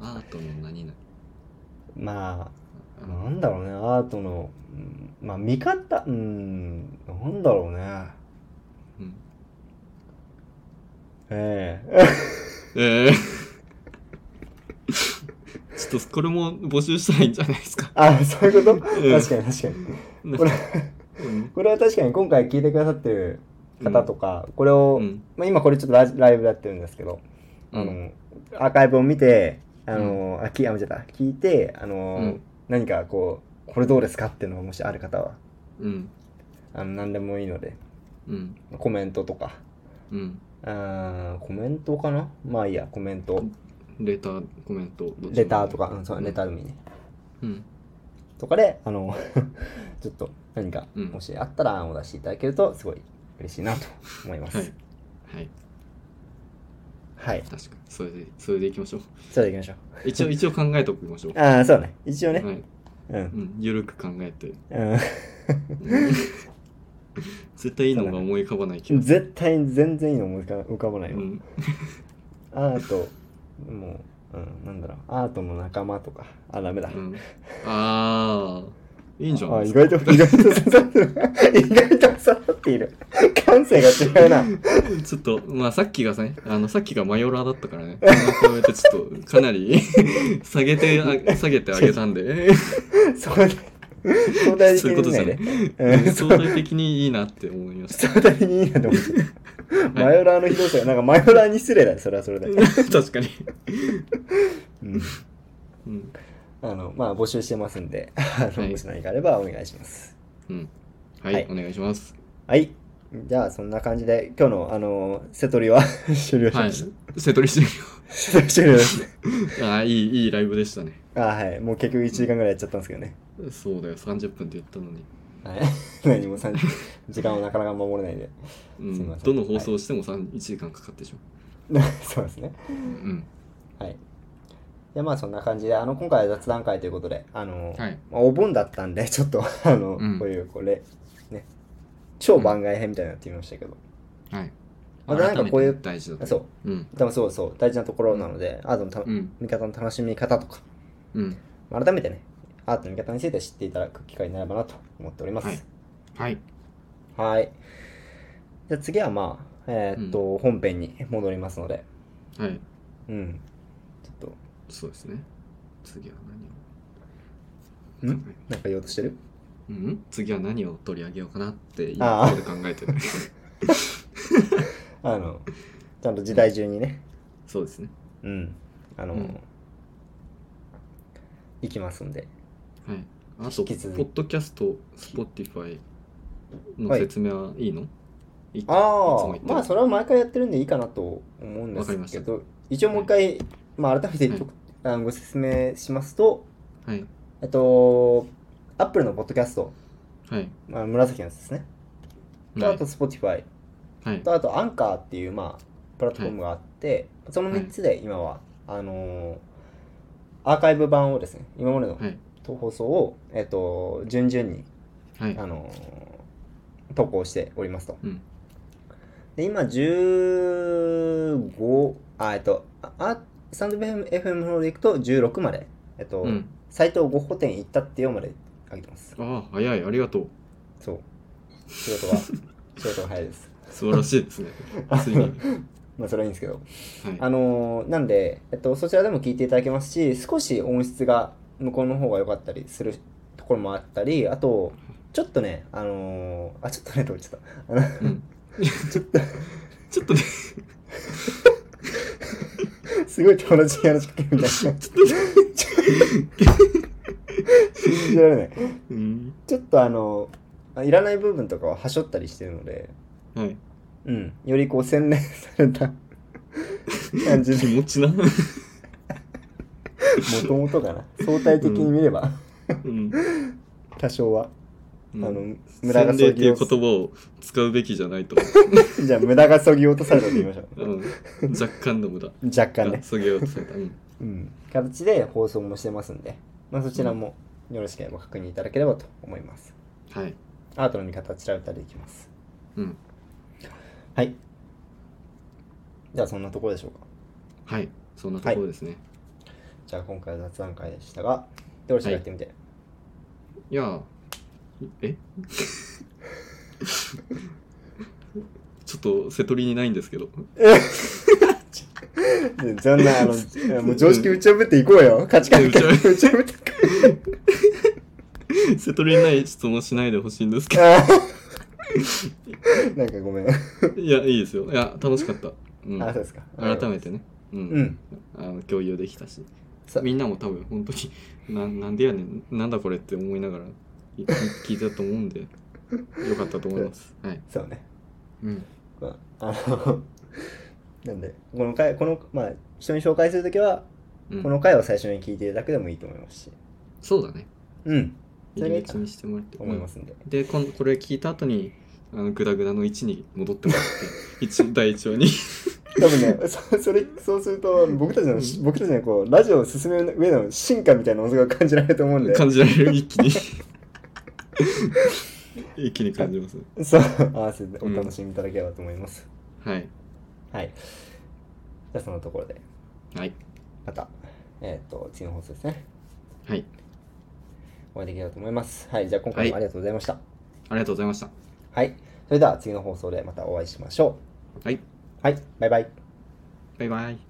[SPEAKER 2] アートの何々。
[SPEAKER 1] まあなんだろうねアートの、うんまあ見方うんなんだろうね
[SPEAKER 2] うん。
[SPEAKER 1] ええ
[SPEAKER 2] ええ ちょっとこれも募集したらいいんじゃないですか。
[SPEAKER 1] あそういうこと
[SPEAKER 2] うん
[SPEAKER 1] 確かに確かに
[SPEAKER 2] な ん
[SPEAKER 1] これ
[SPEAKER 2] かうん
[SPEAKER 1] これは確かに今回聞いてくださってる方とか、これを、
[SPEAKER 2] うん
[SPEAKER 1] まあ、今これちょっとラジライブやってるんですけど、
[SPEAKER 2] う
[SPEAKER 1] あ
[SPEAKER 2] ん
[SPEAKER 1] のアーカイブを見てあの、あきあ間違えた聞いてあの、
[SPEAKER 2] うん
[SPEAKER 1] 何かこうこれどうですかっていうのがもしある方は
[SPEAKER 2] うん
[SPEAKER 1] あの何でもいいので
[SPEAKER 2] うん
[SPEAKER 1] コメントとか
[SPEAKER 2] うん
[SPEAKER 1] あーコメントかなまあいいやコメント
[SPEAKER 2] レターコメントどっちでも
[SPEAKER 1] レターとか、うん、そうレター組ね
[SPEAKER 2] うん
[SPEAKER 1] とかであの ちょっと何か
[SPEAKER 2] うん
[SPEAKER 1] もしあったら案を出していただけるとすごい嬉しいなと思います。
[SPEAKER 2] はいはい
[SPEAKER 1] はい、
[SPEAKER 2] 確かにそれでそれでいきましょう
[SPEAKER 1] それでいきましょう。
[SPEAKER 2] 一応一応考えておきまし ょう
[SPEAKER 1] ああ、そうね。一応ね。
[SPEAKER 2] はい
[SPEAKER 1] うん。
[SPEAKER 2] うんゆるく考えて
[SPEAKER 1] う
[SPEAKER 2] うん 絶対いいのが思い浮かばないけ
[SPEAKER 1] ん、
[SPEAKER 2] ど
[SPEAKER 1] 絶対に全然いいの思い浮か浮かばないうよ。
[SPEAKER 2] ん
[SPEAKER 1] アート、もう、うん、なんだろう。アートの仲間とか。あ、ダメだ。
[SPEAKER 2] うんああいいんじゃない
[SPEAKER 1] あ
[SPEAKER 2] です
[SPEAKER 1] 意
[SPEAKER 2] か
[SPEAKER 1] 外と、意外と刺さって る。意外と刺さっている。感性が違うな。
[SPEAKER 2] ちょっと、まあさっきがね、あのさっきがマヨラーだったからね、これに比べてちょっとかなり 下げてあ、下げてあげたんで、
[SPEAKER 1] そ れ、相対的
[SPEAKER 2] そういうこと
[SPEAKER 1] に
[SPEAKER 2] じゃ
[SPEAKER 1] ね
[SPEAKER 2] ない。
[SPEAKER 1] うん、
[SPEAKER 2] 相対的にいいなって思いました。
[SPEAKER 1] 相対的にいいなと思って。マヨラーのひどさが、なんかマヨラーに失礼だよ、それはそれで。
[SPEAKER 2] 確かに。
[SPEAKER 1] うん。
[SPEAKER 2] うん。
[SPEAKER 1] あの、まあ、募集してますんで、あの、
[SPEAKER 2] はい
[SPEAKER 1] もし何かあればお願いします。
[SPEAKER 2] うん。はい、
[SPEAKER 1] はい
[SPEAKER 2] お願いします。
[SPEAKER 1] はい。じゃあ、そんな感じで、今日の、あの、瀬戸りは 終了し
[SPEAKER 2] は
[SPEAKER 1] まし
[SPEAKER 2] い。瀬戸り終
[SPEAKER 1] た。終了しまし
[SPEAKER 2] 了。 ああ、いい、いいライブでしたね。
[SPEAKER 1] た。あはい。もう結局1時間ぐらいやっちゃったんですけどね。
[SPEAKER 2] そうだよ、30分って言ったのに。
[SPEAKER 1] はい。 何もさん時間をなかなか守れないで。
[SPEAKER 2] う
[SPEAKER 1] すいま
[SPEAKER 2] ん、
[SPEAKER 1] せん
[SPEAKER 2] どの放送しても3、1時間かかってしょ。
[SPEAKER 1] そうですね。
[SPEAKER 2] うん。
[SPEAKER 1] はい。で、まあ、そんな感じで、あの、今回は雑談会ということで、あの、
[SPEAKER 2] はい。
[SPEAKER 1] まあお盆だったんで、ちょっと、 あの、
[SPEAKER 2] うん
[SPEAKER 1] こういう、これ、ね、超番外編みたいになってみましたけど、
[SPEAKER 2] はい。
[SPEAKER 1] またなんかこういう
[SPEAKER 2] 改めて大事だと。。
[SPEAKER 1] そう
[SPEAKER 2] うん。
[SPEAKER 1] う、でもそうそう、大事なところなので、アートのた、
[SPEAKER 2] うん。
[SPEAKER 1] 見方の楽しみ方とか、
[SPEAKER 2] うん。
[SPEAKER 1] 改めてね、アートの見方について知っていただく機会になればなと思っております。
[SPEAKER 2] はいはい。
[SPEAKER 1] はい。じゃあ次はまあ、えーっと、本編に戻りますので、
[SPEAKER 2] はい。
[SPEAKER 1] うん。ちょっと、
[SPEAKER 2] そうですね。次は
[SPEAKER 1] ん
[SPEAKER 2] 何を考え
[SPEAKER 1] なんか言おうとしてる
[SPEAKER 2] うん、次は何を取り上げようかなって
[SPEAKER 1] あ
[SPEAKER 2] 今
[SPEAKER 1] あ
[SPEAKER 2] ここで考えてる。
[SPEAKER 1] あの、ちゃんと時代中にね、
[SPEAKER 2] そうですね。
[SPEAKER 1] うん。あの、
[SPEAKER 2] うん
[SPEAKER 1] 行きますんで。
[SPEAKER 2] はい。あ
[SPEAKER 1] 引
[SPEAKER 2] と、ポ
[SPEAKER 1] き続き
[SPEAKER 2] ッドキャスト、Spotify の
[SPEAKER 1] はい
[SPEAKER 2] 説明はいいの、いい、いつ
[SPEAKER 1] あ
[SPEAKER 2] も
[SPEAKER 1] あ
[SPEAKER 2] 言っ、てる
[SPEAKER 1] まあそれは毎回やってるんでいいかなと思うんで
[SPEAKER 2] わかりますし
[SPEAKER 1] け
[SPEAKER 2] た
[SPEAKER 1] ど、一応もう一回、まあ改めて、
[SPEAKER 2] はい
[SPEAKER 1] あのご説明しますと、
[SPEAKER 2] はい。
[SPEAKER 1] えっと、アップルのポッドキャスト、
[SPEAKER 2] はい。
[SPEAKER 1] まあ、紫のやつですね。と
[SPEAKER 2] は
[SPEAKER 1] あ
[SPEAKER 2] い
[SPEAKER 1] と Spotify
[SPEAKER 2] はい。
[SPEAKER 1] とあとアンカーっていうまあプラットフォームがあって、その3つで今は、あのーアーカイブ版をですね今までの
[SPEAKER 2] はい。
[SPEAKER 1] 放送を、えっと順々に、
[SPEAKER 2] はい
[SPEAKER 1] あ。のー投稿しておりますと
[SPEAKER 2] うん。
[SPEAKER 1] で今15あえっとああスタンド FM の方でいくと16までえっと、
[SPEAKER 2] うん。
[SPEAKER 1] サイト5補点行ったって4まで上げてます
[SPEAKER 2] ああ、早い。ありがとう。
[SPEAKER 1] そう仕 事が仕事が早いです
[SPEAKER 2] 素晴らしいですね。 ついに。
[SPEAKER 1] まあそれはいいんですけど
[SPEAKER 2] は
[SPEAKER 1] あ
[SPEAKER 2] い。
[SPEAKER 1] のーなんで、えっと、そちらでも聞いていただけますし少し音質が向こうの方が良かったりするところもあったりあとちょっとねあのーあちょっとねとちょっとあの
[SPEAKER 2] うん、 ちょっとね、
[SPEAKER 1] すごい友達に話しかけるみたいな
[SPEAKER 2] ちょっとね、
[SPEAKER 1] 信じられない
[SPEAKER 2] うん。
[SPEAKER 1] ちょっとあのあいらない部分とかははしょったりしてるので
[SPEAKER 2] はい。
[SPEAKER 1] うんよりこう洗練された感じ
[SPEAKER 2] 気
[SPEAKER 1] で
[SPEAKER 2] 持ちな。う
[SPEAKER 1] もともとかな相対的に見れば、
[SPEAKER 2] ん。
[SPEAKER 1] 多少は
[SPEAKER 2] うん
[SPEAKER 1] あの村が
[SPEAKER 2] 洗礼
[SPEAKER 1] そ
[SPEAKER 2] ってい
[SPEAKER 1] ぎ
[SPEAKER 2] う
[SPEAKER 1] 落
[SPEAKER 2] 言葉を使うべきじゃないと思
[SPEAKER 1] とじゃあ無駄がそぎ落とされたと言いましょ
[SPEAKER 2] う、うん、若干の無駄
[SPEAKER 1] う若干
[SPEAKER 2] が
[SPEAKER 1] ね、
[SPEAKER 2] そぎ落とされた、うん、
[SPEAKER 1] うん、形で放送もしてますんで、まあ、そちらもよろしければ確認いただければと思います
[SPEAKER 2] はい
[SPEAKER 1] アートの見方は調べたりできます
[SPEAKER 2] うん
[SPEAKER 1] はいじゃあそんなところでしょうか
[SPEAKER 2] はいそんなところですね、
[SPEAKER 1] じゃあ今回は雑談会でしたがよろしくやってみ て、
[SPEAKER 2] い、やーえ ちょっと瀬戸りにないんですけど
[SPEAKER 1] ねそんなあのいやもう常識打ち破っていこう よ価値観から打
[SPEAKER 2] 打
[SPEAKER 1] ち破っていこ
[SPEAKER 2] 瀬戸りにない質問しないでほしいんですけ
[SPEAKER 1] うあー なんかごめん、
[SPEAKER 2] どいやいいですよいや楽しかった、うん、
[SPEAKER 1] あそうですか
[SPEAKER 2] 改めてね、うん
[SPEAKER 1] うん
[SPEAKER 2] あの共有できたし
[SPEAKER 1] さ
[SPEAKER 2] みんなも多分本当に ななんでやねんなんだこれって思いながらい 聞いてたと思うんでよかったと思い ますはい、
[SPEAKER 1] そうね
[SPEAKER 2] うん、
[SPEAKER 1] まあ、あの なんでこの回このまあ人に紹介するときは、
[SPEAKER 2] うん
[SPEAKER 1] この回を最初に聞いていただくでもいいと思いますし
[SPEAKER 2] そうだね
[SPEAKER 1] うんそ
[SPEAKER 2] 入
[SPEAKER 1] れがい
[SPEAKER 2] り
[SPEAKER 1] いか
[SPEAKER 2] 口
[SPEAKER 1] な
[SPEAKER 2] にしてもらって
[SPEAKER 1] 思いますんで、
[SPEAKER 2] でこのこれ聞いた後にあのグダグダの1に戻ってもらって 一第1話に
[SPEAKER 1] 多分ね そそれそうすると僕たちの、
[SPEAKER 2] うん
[SPEAKER 1] 僕たちのこうラジオを進める上での進化みたいなものが感じられると思うんで
[SPEAKER 2] 感じられる一気に 一気に感じます
[SPEAKER 1] そう合わせてお
[SPEAKER 2] うん
[SPEAKER 1] 楽しみいただければと思います、
[SPEAKER 2] はい
[SPEAKER 1] はいじゃあそのところで
[SPEAKER 2] はい
[SPEAKER 1] またえっ、と次の放送ですね
[SPEAKER 2] はい
[SPEAKER 1] お会いできればと思いますはいじゃあ今回もありがとうございました
[SPEAKER 2] ありがとうございました
[SPEAKER 1] はい、それでは次の放送でまたお会いしましょ
[SPEAKER 2] はいう
[SPEAKER 1] はいバイバイ
[SPEAKER 2] バイバイ